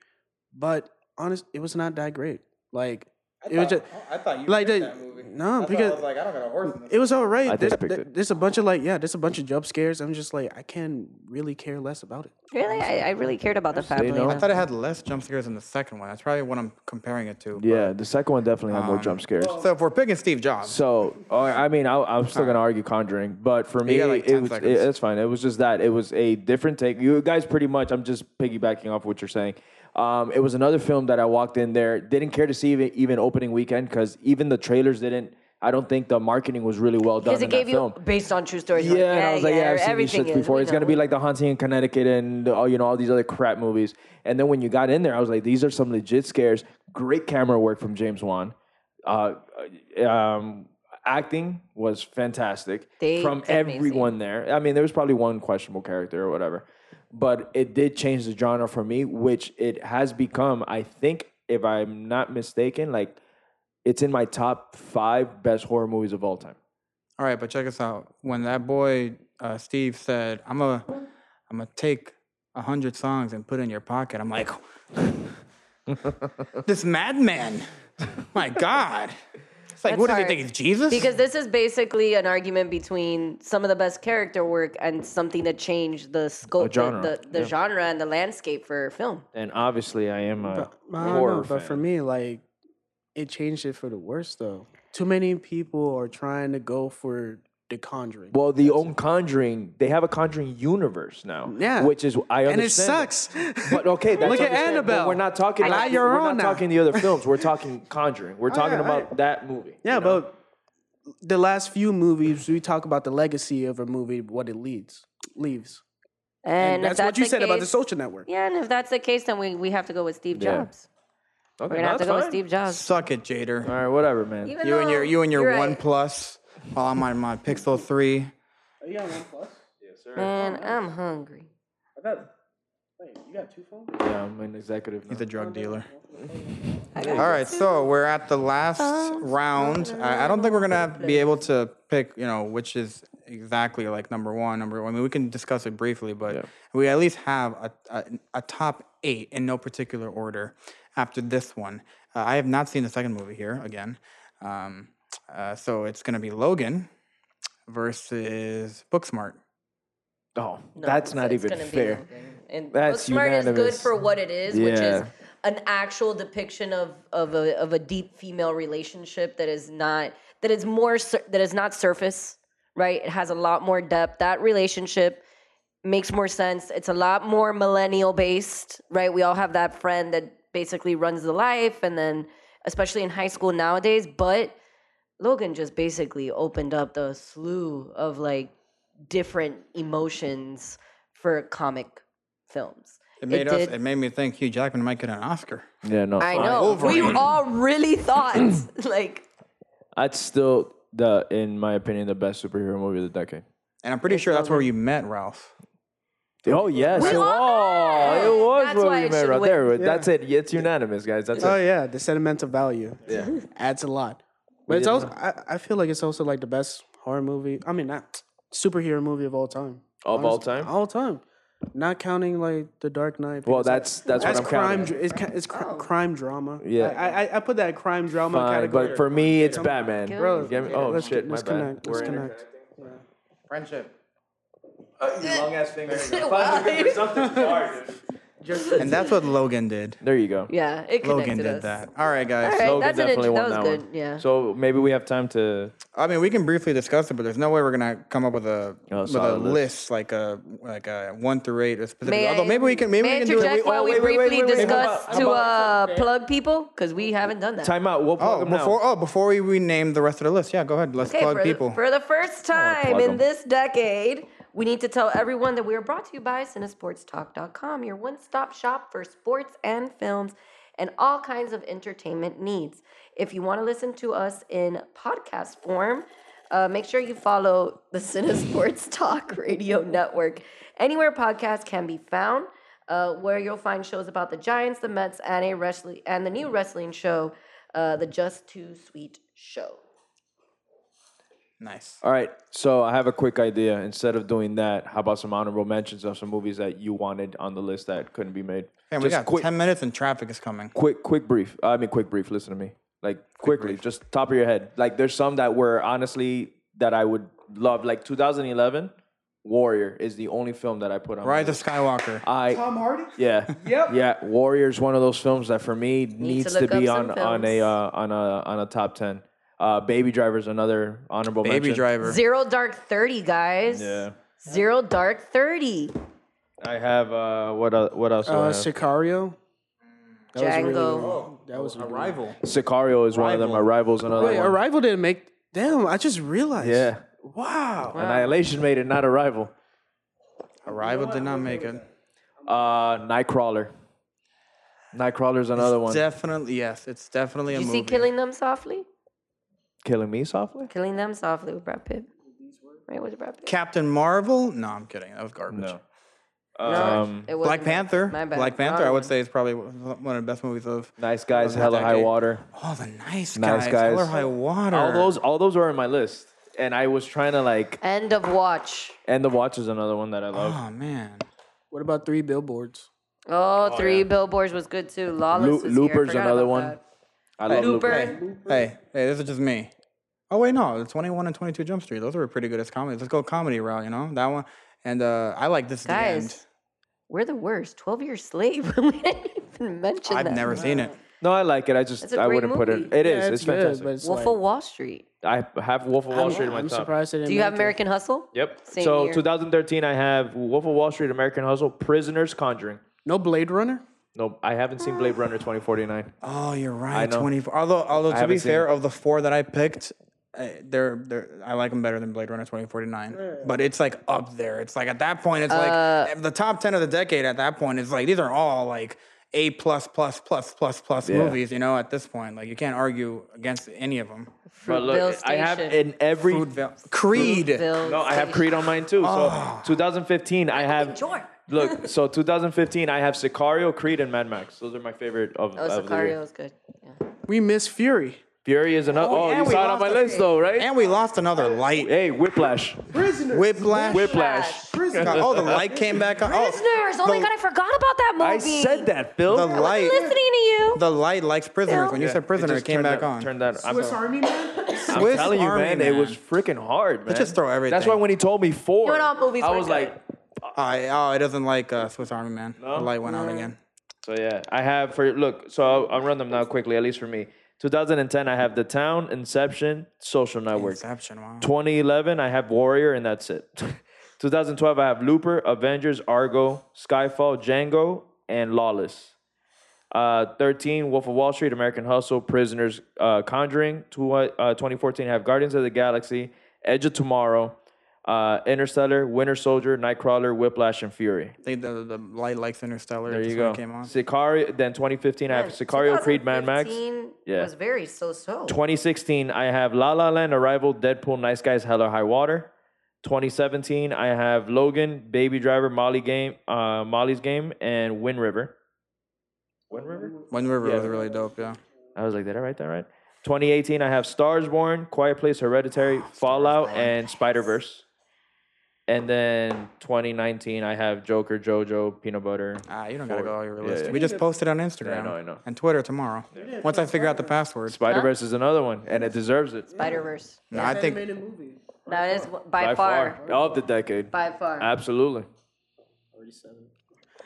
Speaker 5: but honest it was not that great like it was just
Speaker 4: I thought you
Speaker 5: Like picked the- that movie. no, I thought- I because- was like,
Speaker 4: I don't got a horse in
Speaker 5: It was all right.
Speaker 3: think
Speaker 5: There's,
Speaker 3: I picked
Speaker 5: there-
Speaker 3: it.
Speaker 5: there's a bunch of like, yeah, there's a bunch of jump scares. I'm just like, I can really care less about it.
Speaker 2: really, I, I really cared about the family.
Speaker 3: no.
Speaker 2: though.
Speaker 4: I thought it had less jump scares than the second one. That's probably what I'm comparing it to.
Speaker 3: Yeah, the second one definitely had more
Speaker 4: Uh,
Speaker 3: jump scares.
Speaker 4: So if we're picking Steve Jobs,
Speaker 3: So, uh, I mean, I, I'm still gonna argue Conjuring, but for me,
Speaker 4: got, like,
Speaker 3: it
Speaker 4: 10
Speaker 3: was it,
Speaker 4: seconds.
Speaker 3: it's fine. It was just that it was a different take. You guys, pretty much, I'm just piggybacking off what you're saying. Um, it was another film that I walked in there didn't care to see even, even opening weekend because even the trailers didn't. I don't think the marketing was really well done
Speaker 2: Because
Speaker 3: in
Speaker 2: it gave
Speaker 3: that
Speaker 2: you
Speaker 3: film.
Speaker 2: based on true stories.
Speaker 3: Yeah,
Speaker 2: You're
Speaker 3: and I was like, yeah, I've seen these
Speaker 2: everything
Speaker 3: shits
Speaker 2: is,
Speaker 3: before.
Speaker 2: we
Speaker 3: It's gonna
Speaker 2: know.
Speaker 3: be like the haunting in Connecticut and all you know all these other crap movies. And then when you got in there, I was like, these are some legit scares. Great camera work from James Wan. Uh, um, acting was fantastic
Speaker 2: They
Speaker 3: from
Speaker 2: did amazing.
Speaker 3: everyone there. I mean, there was probably one questionable character or whatever, but it did change the genre for me, which it has become. I think, if I'm not mistaken, like it's in my top five best horror movies of all time.
Speaker 4: all right, but check us out. When that boy uh, Steve said, "I'm a, I'm gonna take a hundred songs and put it in your pocket," I'm like, this madman. My God. It's like,
Speaker 2: That's
Speaker 4: what do you
Speaker 2: hard.
Speaker 4: think? It's Jesus?
Speaker 2: Because this is basically an argument between some of the best character work and something that changed the scope, the-
Speaker 3: genre,
Speaker 2: the, the,
Speaker 3: yeah.
Speaker 2: genre and the landscape for film.
Speaker 3: And obviously, I am a
Speaker 5: I don't
Speaker 3: horror
Speaker 5: know, but
Speaker 3: fan.
Speaker 5: for me, like, it changed it for the worse though. Too many people are trying to go for The Conjuring.
Speaker 3: well, the own Conjuring, they have a Conjuring universe now.
Speaker 5: Yeah.
Speaker 3: which is I understand.
Speaker 5: and it
Speaker 3: that.
Speaker 5: sucks.
Speaker 3: But okay, that's
Speaker 5: Look at
Speaker 3: understandable.
Speaker 5: Annabelle.
Speaker 3: We're not talking.
Speaker 5: I
Speaker 3: about-
Speaker 5: got your
Speaker 3: we're
Speaker 5: own
Speaker 3: not
Speaker 5: now. Oh,
Speaker 3: talking the other films. We're talking Conjuring. We're talking
Speaker 5: yeah,
Speaker 3: about that movie.
Speaker 5: yeah,
Speaker 3: you know?
Speaker 5: but the last few movies we talk about the legacy of a movie, what it leads leaves.
Speaker 2: And,
Speaker 5: And
Speaker 2: if
Speaker 5: that's what you
Speaker 2: the
Speaker 5: said about the
Speaker 2: case-
Speaker 5: social network.
Speaker 2: Yeah, and if that's the case, then we, we have to go with Steve
Speaker 3: Yeah.
Speaker 2: Jobs.
Speaker 3: okay,
Speaker 2: We're gonna have
Speaker 3: that's
Speaker 2: to go with
Speaker 3: fine.
Speaker 2: Steve Jobs.
Speaker 4: Suck it, Jader.
Speaker 3: All right, whatever, man.
Speaker 2: Even
Speaker 4: You and your
Speaker 2: though-
Speaker 4: you and your
Speaker 2: you're
Speaker 4: one
Speaker 2: right.
Speaker 4: plus. While I'm on my Pixel three.
Speaker 5: You got one plus.
Speaker 2: Man, I'm hungry.
Speaker 5: I got. Wait, you got two phones.
Speaker 3: yeah, I'm an executive.
Speaker 4: He's a
Speaker 3: now.
Speaker 4: drug dealer. All right, so we're at the last round. I, I don't think we're gonna be able to pick, you know, which is exactly like number one, number one. I mean, we can discuss it briefly, but we at least have a, a a top eight in no particular order. After this one, uh, I have not seen the second movie here again, um, uh, so it's gonna be Logan versus Booksmart.
Speaker 3: Oh, that's not even fair.
Speaker 2: And
Speaker 3: That's
Speaker 2: Booksmart is good
Speaker 3: unanimous.
Speaker 2: for what it is, which is
Speaker 3: Yeah.
Speaker 2: an actual depiction of of a of a deep female relationship that is not that is more sur- that is not surface, right? It has a lot more depth. That relationship makes more sense. It's a lot more millennial based, right? We all have that friend that basically runs the life and then especially in high school nowadays, but Logan just basically opened up the slew of like different emotions for comic films.
Speaker 4: It made us.
Speaker 2: did-
Speaker 4: It made me think Hugh Jackman might get an Oscar.
Speaker 3: Yeah, no.
Speaker 2: I know. we all really thought like
Speaker 3: That's still the, in my opinion, the best superhero movie of the decade.
Speaker 4: And I'm pretty sure that's where you met Ralph.
Speaker 3: Oh yes, it
Speaker 2: all
Speaker 3: was.
Speaker 2: met.
Speaker 3: It was
Speaker 2: That's
Speaker 3: what
Speaker 2: why
Speaker 3: we
Speaker 2: it
Speaker 3: met
Speaker 2: should
Speaker 3: right
Speaker 2: win.
Speaker 3: there. That's it. It's unanimous, guys. That's
Speaker 5: Oh
Speaker 3: it.
Speaker 5: yeah, the sentimental value. Yeah, adds a lot. But it's
Speaker 3: did
Speaker 5: also I, I feel like it's also like the best horror movie. I mean, not superhero movie of all time.
Speaker 3: of all
Speaker 5: Honest-
Speaker 3: time.
Speaker 5: All time. Not counting like the Dark Knight.
Speaker 3: Well,
Speaker 5: because I-
Speaker 3: that's that's,
Speaker 5: that's
Speaker 3: what I'm
Speaker 5: crime.
Speaker 3: counting.
Speaker 5: dr- It's, ca- it's cr- crime drama.
Speaker 3: Yeah.
Speaker 5: I, I I put that crime drama
Speaker 3: Fine,
Speaker 5: category.
Speaker 3: but for me, it's Batman.
Speaker 2: Kill
Speaker 5: Bro,
Speaker 3: You get me?
Speaker 5: yeah,
Speaker 3: Oh
Speaker 5: let's
Speaker 3: shit,
Speaker 5: get-
Speaker 3: my
Speaker 5: let's
Speaker 3: bad.
Speaker 5: connect. Let's connect.
Speaker 4: Friendship.
Speaker 2: Uh,
Speaker 3: Long ass fingers.
Speaker 4: And that's what Logan did.
Speaker 3: There you go.
Speaker 2: Yeah, it connected
Speaker 4: Logan did
Speaker 2: us.
Speaker 4: that. All right, guys.
Speaker 2: All right.
Speaker 3: Logan
Speaker 2: that's an
Speaker 3: definitely
Speaker 2: int-
Speaker 3: won
Speaker 2: that
Speaker 3: that
Speaker 2: was
Speaker 3: one.
Speaker 2: good, yeah.
Speaker 3: So maybe we have time to.
Speaker 4: I mean, we can briefly discuss it, but there's no way we're gonna come up with a
Speaker 3: Oh,
Speaker 4: with a
Speaker 3: solid
Speaker 4: list.
Speaker 3: list.
Speaker 4: like a like a one through eight. Or specific.
Speaker 2: May
Speaker 4: Although
Speaker 2: I-
Speaker 4: maybe we can maybe
Speaker 2: may I
Speaker 4: we oh, can do it.
Speaker 2: interject
Speaker 3: wait,
Speaker 2: while we
Speaker 3: wait, wait, wait,
Speaker 2: briefly
Speaker 3: wait, wait, how
Speaker 2: discuss
Speaker 3: about-
Speaker 2: to
Speaker 3: how
Speaker 2: uh, plug people because we haven't done that.
Speaker 3: Time out. We'll plug
Speaker 4: Oh,
Speaker 3: them
Speaker 4: before
Speaker 3: now.
Speaker 4: oh before we rename the rest of the list, yeah, go ahead. Let's
Speaker 2: Okay,
Speaker 4: plug
Speaker 2: for,
Speaker 4: people.
Speaker 2: The, for the first time
Speaker 3: plug
Speaker 2: in
Speaker 3: 'em.
Speaker 2: this decade, we need to tell everyone that we are brought to you by Cinesportstalk.com, your one stop shop for sports and films and all kinds of entertainment needs. If you want to listen to us in podcast form, uh, make sure you follow the Cinesports Talk Radio Network. Anywhere podcasts can be found, uh, where you'll find shows about the Giants, the Mets, and a wrestling and the new wrestling show, uh, the Just Too Sweet Show.
Speaker 4: nice.
Speaker 3: All right. So I have a quick idea. Instead of doing that, how about some honorable mentions of some movies that you wanted on the list that couldn't be made?
Speaker 4: And we
Speaker 3: Just
Speaker 4: got
Speaker 3: quick,
Speaker 4: ten minutes and traffic is coming.
Speaker 3: quick, quick, brief. I mean, quick, brief. Listen to me. Like quickly, just top of your head. Like there's some that were honestly that I would love. Like 2011, Warrior is the only film that I put on. my
Speaker 4: Rise of
Speaker 3: list.
Speaker 4: Skywalker.
Speaker 3: I
Speaker 5: Tom Hardy.
Speaker 3: Yeah. Yep. Yeah. Warriors one of those films that for me needs
Speaker 2: to
Speaker 3: to,
Speaker 2: look
Speaker 3: be
Speaker 2: up some
Speaker 3: on on a
Speaker 2: films.
Speaker 3: uh, on a on a top ten. Uh, Baby Driver's another honorable
Speaker 4: Baby
Speaker 3: mention.
Speaker 4: Driver.
Speaker 2: Zero Dark 30, guys.
Speaker 3: Yeah.
Speaker 2: Zero Dark 30.
Speaker 3: I have uh, what uh, what else? do I
Speaker 5: Uh,
Speaker 3: have?
Speaker 5: Sicario. That was really-
Speaker 2: Django.
Speaker 5: that was really-
Speaker 4: Arrival.
Speaker 3: Sicario is one of them.
Speaker 4: Arrival.
Speaker 3: Arrival's another
Speaker 5: Wait,
Speaker 3: one.
Speaker 5: Arrival didn't make. Damn, I just realized.
Speaker 3: Yeah.
Speaker 5: Wow.
Speaker 3: Annihilation made it, not Arrival.
Speaker 4: Arrival did not make it.
Speaker 3: Uh, Nightcrawler. Nightcrawler's another one.
Speaker 4: Definitely yes. It's definitely a
Speaker 2: Did you
Speaker 4: movie.
Speaker 2: see Killing Them Softly?
Speaker 3: Killing me softly.
Speaker 2: Killing Them Softly with Brad Pitt. Right, was it Brad Pitt?
Speaker 4: Captain Marvel? No, I'm kidding. That was garbage.
Speaker 3: No.
Speaker 2: No,
Speaker 3: Um,
Speaker 2: it wasn't
Speaker 4: Black
Speaker 2: that.
Speaker 4: Panther.
Speaker 2: My bad.
Speaker 4: Black Panther. I
Speaker 2: Wrong one.
Speaker 4: would say is probably one of the best movies of.
Speaker 3: nice guys,
Speaker 4: Of the
Speaker 3: hella high
Speaker 4: decade.
Speaker 3: water.
Speaker 4: Oh, the nice guys.
Speaker 3: Nice
Speaker 4: Hell or
Speaker 3: Guys.
Speaker 4: high water.
Speaker 3: All those all those were in my list, and I was trying to like.
Speaker 2: End of Watch.
Speaker 3: And the watch is another one that I love.
Speaker 4: Oh man.
Speaker 5: What about three billboards?
Speaker 2: Oh, Three Billboards was good too.
Speaker 3: Lu-
Speaker 2: Lawless. was here.
Speaker 3: Looper's
Speaker 2: Forgot
Speaker 3: another
Speaker 2: about
Speaker 3: one.
Speaker 2: that.
Speaker 3: I love
Speaker 2: Looper.
Speaker 4: Hey, hey, this is just me. Oh wait, no, the 21 and 22 Jump Street. Those were pretty good as comedies. Let's go comedy route, you know that one. And uh, I like this. At the end.
Speaker 2: Guys, we're the worst. 12 Year Slave. we didn't even mention
Speaker 4: I've
Speaker 2: that.
Speaker 4: never seen it.
Speaker 3: No, I like it. I just
Speaker 2: It's a
Speaker 3: I
Speaker 2: great
Speaker 3: wouldn't put it.
Speaker 2: movie.
Speaker 3: It is.
Speaker 5: Yeah,
Speaker 3: it's, fantastic.
Speaker 5: but it's
Speaker 2: Wolf
Speaker 5: like-
Speaker 2: of Wall Street.
Speaker 3: I have Wolf of Wall Street in my
Speaker 5: I'm
Speaker 3: top.
Speaker 5: surprised they didn't
Speaker 2: Do you
Speaker 5: make
Speaker 2: have
Speaker 5: it.
Speaker 2: American Hustle?
Speaker 3: Yep.
Speaker 2: Same
Speaker 3: so
Speaker 2: year.
Speaker 3: 2013, I have Wolf of Wall Street, American Hustle, Prisoners, Conjuring.
Speaker 5: No Blade Runner.
Speaker 3: Nope, I haven't seen Blade Runner 2049.
Speaker 4: Oh, you're right.
Speaker 3: know.
Speaker 4: 24. Although, although to be
Speaker 3: haven't seen
Speaker 4: fair,
Speaker 3: it.
Speaker 4: of the four that I picked, uh, they're they're I like them better than Blade Runner 2049. But it's like up there. It's like at that point, it's
Speaker 2: Uh.
Speaker 4: like eh, the top 10 of the decade. At that point, it's like these are all like a plus plus plus plus plus movies. You know, at this point, like you can't argue against any of them.
Speaker 3: But
Speaker 2: Bill
Speaker 3: look, I have
Speaker 2: Station.
Speaker 3: in every.
Speaker 4: Fruitvale, Creed.
Speaker 2: Bill
Speaker 3: No, I have
Speaker 2: Station.
Speaker 3: Creed on mine too.
Speaker 4: Oh.
Speaker 3: So 2015, I have.
Speaker 2: Jordan.
Speaker 3: Look, so 2015, I have Sicario, Creed, and Mad Max. Those are my favorite of,
Speaker 2: Oh,
Speaker 3: of the
Speaker 2: Sicario
Speaker 3: year.
Speaker 2: was good. Yeah.
Speaker 5: We miss Fury.
Speaker 3: Fury is another. Oh,
Speaker 4: and
Speaker 3: you
Speaker 4: we
Speaker 3: saw it on
Speaker 4: lost
Speaker 3: my
Speaker 4: a-
Speaker 3: list though, right?
Speaker 4: And we lost another light.
Speaker 3: hey, Whiplash.
Speaker 5: Prisoner.
Speaker 4: Whiplash.
Speaker 3: Whiplash.
Speaker 4: Oh, the light came back on. Oh,
Speaker 2: Prisoners. Oh my
Speaker 4: the-
Speaker 2: god, I forgot about that movie.
Speaker 3: I said that, Phil.
Speaker 4: The
Speaker 2: I
Speaker 4: light.
Speaker 2: was listening to you.
Speaker 4: The light likes prisoners. When you
Speaker 3: Yeah,
Speaker 4: said prisoner, it,
Speaker 3: just
Speaker 4: came
Speaker 3: turned
Speaker 4: back
Speaker 3: that-
Speaker 4: on.
Speaker 3: Turned that. I'm,
Speaker 5: Swiss Army Man.
Speaker 3: I'm
Speaker 4: Swiss
Speaker 3: telling you,
Speaker 4: Army
Speaker 3: man, it
Speaker 4: man.
Speaker 3: was freaking hard, man.
Speaker 4: just throw
Speaker 3: That's
Speaker 4: everything.
Speaker 3: why when he told me four,
Speaker 2: You know what, movies
Speaker 3: I
Speaker 2: were
Speaker 3: was like,
Speaker 4: I, oh, it doesn't like uh, Swiss Army Man. The light went on again.
Speaker 3: so yeah. I have for look. So I'll, I'll run them now quickly, at least for me. 2010, I have The Town, Inception, Social Network.
Speaker 4: Inception. Wow.
Speaker 3: 2011, I have Warrior, and that's it. 2012, I have Looper, Avengers, Argo, Skyfall, Django, and Lawless. Uh, 13, Wolf of Wall Street, American Hustle, Prisoners, uh, Conjuring. Tw- uh, 2014, I have Guardians of the Galaxy, Edge of Tomorrow, uh, Interstellar, Winter Soldier, Nightcrawler, Whiplash, and Fury.
Speaker 4: I think the, the light likes Interstellar.
Speaker 3: There
Speaker 4: That's
Speaker 3: you
Speaker 4: when
Speaker 3: go.
Speaker 4: It came on.
Speaker 3: Sicario. Then 2015, I have Sicario, Creed, Mad Max.
Speaker 2: 2015
Speaker 3: Yeah.
Speaker 2: was very so-so.
Speaker 3: 2016, I have La La Land, Arrival, Deadpool, Nice Guys, Hell or High Water. 2017, I have Logan, Baby Driver, Molly Game, uh, Molly's Game, and Wind River. Wind River?
Speaker 4: Wind River was really dope. Yeah.
Speaker 3: I was like, did I write that right? 2018, I have Stars Born, Quiet Place, Hereditary, Fallout, and Spider Verse. And then 2019, I have Joker, JoJo, Peanut Butter.
Speaker 4: Ah, you don't gotta
Speaker 3: Forward.
Speaker 4: go all your
Speaker 3: Yeah,
Speaker 4: list.
Speaker 3: yeah.
Speaker 4: We just posted on Instagram
Speaker 3: Yeah, I know, I know.
Speaker 4: and Twitter tomorrow. Once I figure out the password.
Speaker 3: Spider Verse is another one, and it deserves it.
Speaker 2: Spider Verse.
Speaker 4: No, I think
Speaker 5: animated movie.
Speaker 2: That is w- by, far,
Speaker 3: of the decade.
Speaker 2: by far.
Speaker 3: Absolutely.
Speaker 5: Forty-seven.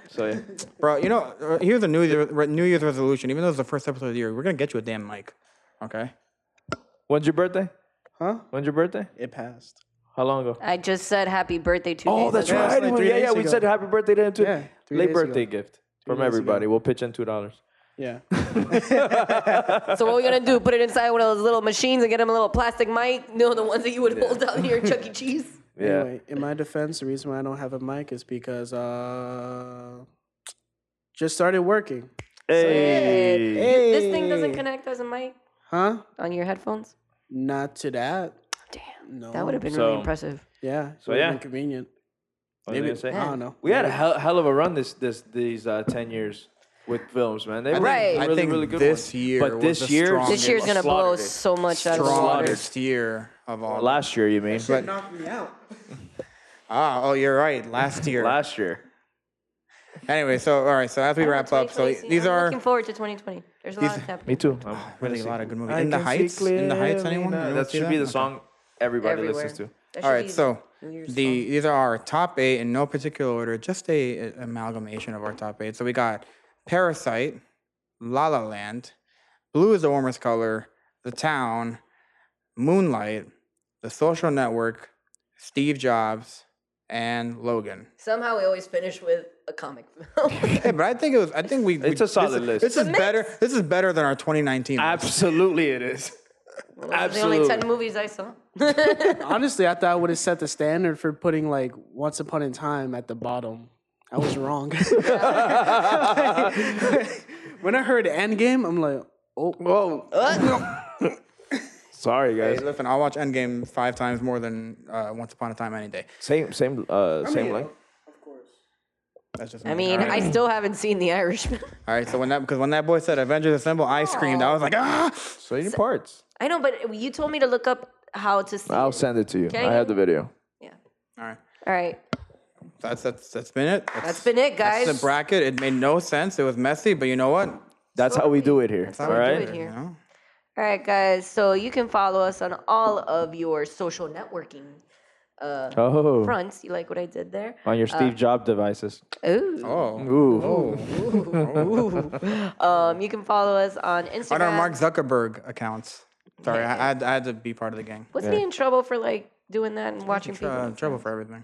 Speaker 3: So yeah,
Speaker 4: Bro, you know, uh, here's a New Year's, re- New Year's resolution. Even though it's the first episode of the year, we're gonna get you a damn mic. Okay.
Speaker 3: when's your birthday?
Speaker 5: Huh?
Speaker 3: When's your birthday?
Speaker 5: It passed.
Speaker 3: How long ago?
Speaker 2: I just said happy birthday to
Speaker 3: Oh, that's
Speaker 5: ago. Yeah, it's
Speaker 3: right.
Speaker 5: like
Speaker 3: Well,
Speaker 5: three
Speaker 3: yeah, yeah.
Speaker 5: days
Speaker 3: We
Speaker 5: ago.
Speaker 3: said happy birthday to him too.
Speaker 5: Yeah, three
Speaker 3: Late
Speaker 5: days ago.
Speaker 3: birthday gift from
Speaker 5: days ago.
Speaker 3: everybody. We'll pitch in two dollars.
Speaker 5: Yeah.
Speaker 2: So what are we gonna do? Put it inside one of those little machines and get him a little plastic mic? No, the ones that you would hold down here at Chuck E. Cheese.
Speaker 3: Yeah.
Speaker 5: Anyway, in my defense, the reason why I don't have a mic is because uh, just started working.
Speaker 3: Hey.
Speaker 2: You- this thing doesn't connect as a mic
Speaker 5: Huh?
Speaker 2: on your headphones.
Speaker 5: Not to that.
Speaker 2: Damn,
Speaker 5: No.
Speaker 2: that would have been
Speaker 3: So-
Speaker 2: really impressive.
Speaker 5: Yeah.
Speaker 3: So,
Speaker 5: would've
Speaker 3: yeah.
Speaker 5: been Convenient.
Speaker 3: What was I
Speaker 5: Maybe-
Speaker 3: gonna say?
Speaker 5: I don't know.
Speaker 3: We had a hell, hell of a run this this these uh, ten years with films, man. They were
Speaker 2: Right.
Speaker 3: really
Speaker 2: I
Speaker 4: think
Speaker 3: really good.
Speaker 4: this
Speaker 3: ones.
Speaker 4: year
Speaker 3: but
Speaker 4: was
Speaker 3: this
Speaker 4: the
Speaker 3: year,
Speaker 4: strongest.
Speaker 2: This year's gonna blow
Speaker 3: slaughtered it.
Speaker 2: so much out of the water.
Speaker 4: Strongest year of all.
Speaker 3: Last year, you mean?
Speaker 4: But-
Speaker 5: knocked me out.
Speaker 4: ah, oh, you're right. Last year.
Speaker 3: Last year.
Speaker 4: Anyway, so all right. So as we wrap up, so these
Speaker 2: I'm
Speaker 4: are
Speaker 2: looking forward to 2020. There's a lot of happening.
Speaker 3: Me too. I'm
Speaker 4: really
Speaker 3: see-
Speaker 4: a lot of good movies.
Speaker 3: I
Speaker 4: In the
Speaker 3: can see
Speaker 4: Heights. In the Heights.
Speaker 3: clearly
Speaker 4: Anyone?
Speaker 3: now.
Speaker 4: Anyone
Speaker 3: That
Speaker 4: see
Speaker 3: should be the
Speaker 4: Okay.
Speaker 3: song everybody
Speaker 2: Everywhere.
Speaker 3: listens
Speaker 2: That
Speaker 4: All
Speaker 2: should
Speaker 4: right,
Speaker 2: be
Speaker 4: so
Speaker 2: New
Speaker 4: the
Speaker 2: Year's song.
Speaker 4: these are our top eight in no particular order, just a, a- amalgamation of our top eight. So we got Parasite, La La Land, Blue is the warmest color, The Town, Moonlight, The Social Network, Steve Jobs, and Logan.
Speaker 2: Somehow we always finish with a comic film.
Speaker 4: Hey, but I think it was. I think we. we-
Speaker 3: a solid
Speaker 4: this, is-
Speaker 3: list.
Speaker 4: This is
Speaker 3: It's
Speaker 4: better. This is better than our 2019.
Speaker 3: to. Absolutely, it is.
Speaker 2: Those are the only ten
Speaker 3: Absolutely.
Speaker 2: movies I saw.
Speaker 5: Honestly, I thought I would have set the standard for putting like Once Upon in Time at the bottom. I was wrong. when I heard Endgame, I'm like, oh, whoa.
Speaker 3: Sorry,
Speaker 4: Hey,
Speaker 3: guys.
Speaker 4: listen, I'll watch Endgame five times more than uh, Once Upon a Time any day.
Speaker 3: Same, same, uh, same length.
Speaker 4: That's just.
Speaker 2: I mean, I still haven't seen The Irishman.
Speaker 4: All right, so when that because when that boy said Avengers Assemble, I screamed. I was like, ah!
Speaker 3: Same parts.
Speaker 2: I know, but you told me to look up how to see.
Speaker 3: I'll
Speaker 2: it.
Speaker 3: send it to you.
Speaker 2: Can
Speaker 3: I
Speaker 2: I-
Speaker 3: have the video.
Speaker 2: Yeah.
Speaker 4: All right,
Speaker 2: All right.
Speaker 4: that's that's that's been it.
Speaker 2: That's been it, guys.
Speaker 4: That's the bracket. It made no sense. It was messy, but you know what?
Speaker 3: That's how we do it here.
Speaker 2: That's
Speaker 3: All
Speaker 2: how we do
Speaker 3: right.
Speaker 2: it
Speaker 4: You
Speaker 2: here.
Speaker 4: know?
Speaker 2: All right, guys. So you can follow us on all of your social networking uh,
Speaker 3: Oh,
Speaker 2: fronts. You like what I did there?
Speaker 3: on your
Speaker 2: Uh,
Speaker 3: Steve Jobs devices.
Speaker 2: Ooh.
Speaker 4: Oh,
Speaker 3: Ooh.
Speaker 2: Um, you can follow us on Instagram.
Speaker 4: on our Oh. Mark Zuckerberg accounts. Sorry, I, I, had, I had to be part of the gang.
Speaker 2: What's me in trouble for like doing that and watching people?
Speaker 4: Uh, trouble for everything.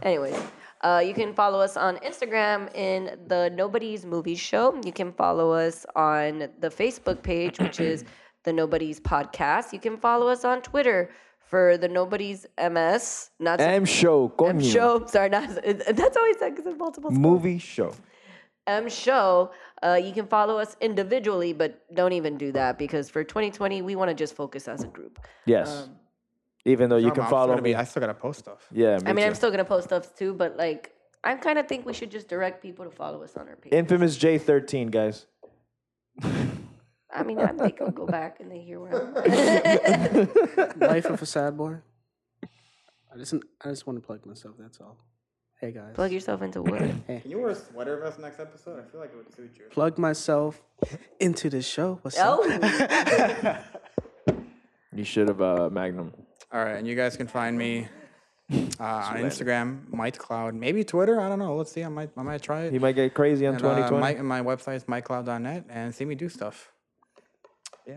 Speaker 2: Anyways, uh, you can follow us on Instagram in the Nobody's Movie Show. You can follow us on the Facebook page, which is the Nobody's Podcast. You can follow us on Twitter for the Nobody's MS. Not
Speaker 3: M show,
Speaker 2: M
Speaker 3: coño.
Speaker 2: Show. Sorry, not that's always said because it's multiple. spells.
Speaker 3: Movie show.
Speaker 2: M Show. Uh, you can follow us individually, but don't even do that because for 2020 we want to just focus as a group.
Speaker 3: Yes.
Speaker 2: Um,
Speaker 3: Even though you
Speaker 4: No,
Speaker 3: can
Speaker 4: I'm still
Speaker 3: follow
Speaker 4: gonna be-
Speaker 3: me.
Speaker 4: I still gotta post stuff.
Speaker 3: yeah. Me
Speaker 2: I mean,
Speaker 3: too.
Speaker 2: I'm still gonna post stuff too, but like I kind of think we should just direct people to follow us on our page.
Speaker 3: Infamous J13, guys.
Speaker 2: I mean, I, they could go back and they hear where I'm at.
Speaker 5: Life of a Sad Boy. I just, I just want to plug myself. That's all. Hey guys,
Speaker 2: Plug yourself into wood.
Speaker 4: Can you wear a sweater vest next episode? I feel like it would suit you.
Speaker 5: plug myself into the show. What's up?
Speaker 2: oh,
Speaker 3: You should have uh, Magnum.
Speaker 4: All right, and you guys can find me uh, on Instagram, Mike Cloud, maybe Twitter. I don't know. Let's see. I might, I might try it.
Speaker 3: He might get crazy on
Speaker 4: And, uh,
Speaker 3: 2020.
Speaker 4: my, and my website is micloud.net and see me do stuff. Yeah.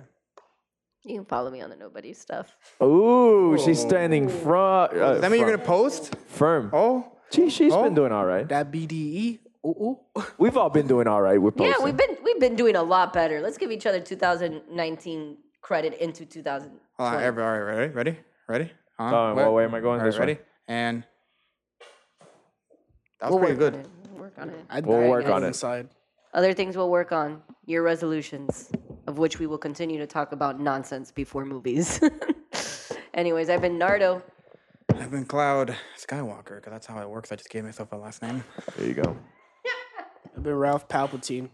Speaker 2: you can follow me on the nobody stuff.
Speaker 3: Ooh, she's standing front. Uh,
Speaker 4: Oh. Does that mean you're
Speaker 3: front-
Speaker 4: gonna post?
Speaker 3: firm?
Speaker 4: Oh,
Speaker 3: She, she's
Speaker 4: Oh.
Speaker 3: been doing all right.
Speaker 5: That BDE. E. Ooh, ooh.
Speaker 3: We've all been doing all right with posting.
Speaker 2: Yeah, we've been we've been doing a lot better. Let's give each other 2019 credit into 2000.
Speaker 4: all right, Uh, every- all right, ready, ready, ready. Huh?
Speaker 3: Oh,
Speaker 4: Wait.
Speaker 3: what way am I going?
Speaker 4: All
Speaker 3: This
Speaker 4: right,
Speaker 3: way?
Speaker 4: ready, and that was pretty good.
Speaker 2: Work on it.
Speaker 5: I,
Speaker 3: We'll
Speaker 5: I
Speaker 3: work
Speaker 5: got
Speaker 3: on it.
Speaker 5: Inside.
Speaker 2: Other things we'll work on. Your resolutions, of which we will continue to talk about nonsense before movies. Anyways, I've been Nardo.
Speaker 4: I've been Cloud Skywalker because that's how it works. I just gave myself a last name.
Speaker 3: There you go.
Speaker 5: I've been Ralph Palpatine.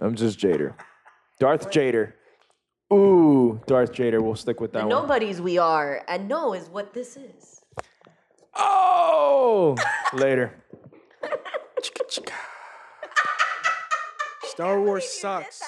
Speaker 3: I'm just Jader. Darth Jader. Ooh, Darth Jader. We'll stick with that one.
Speaker 2: Nobody's we are, and no is what this is.
Speaker 4: Oh.
Speaker 3: Later.
Speaker 5: Star Wars sucks.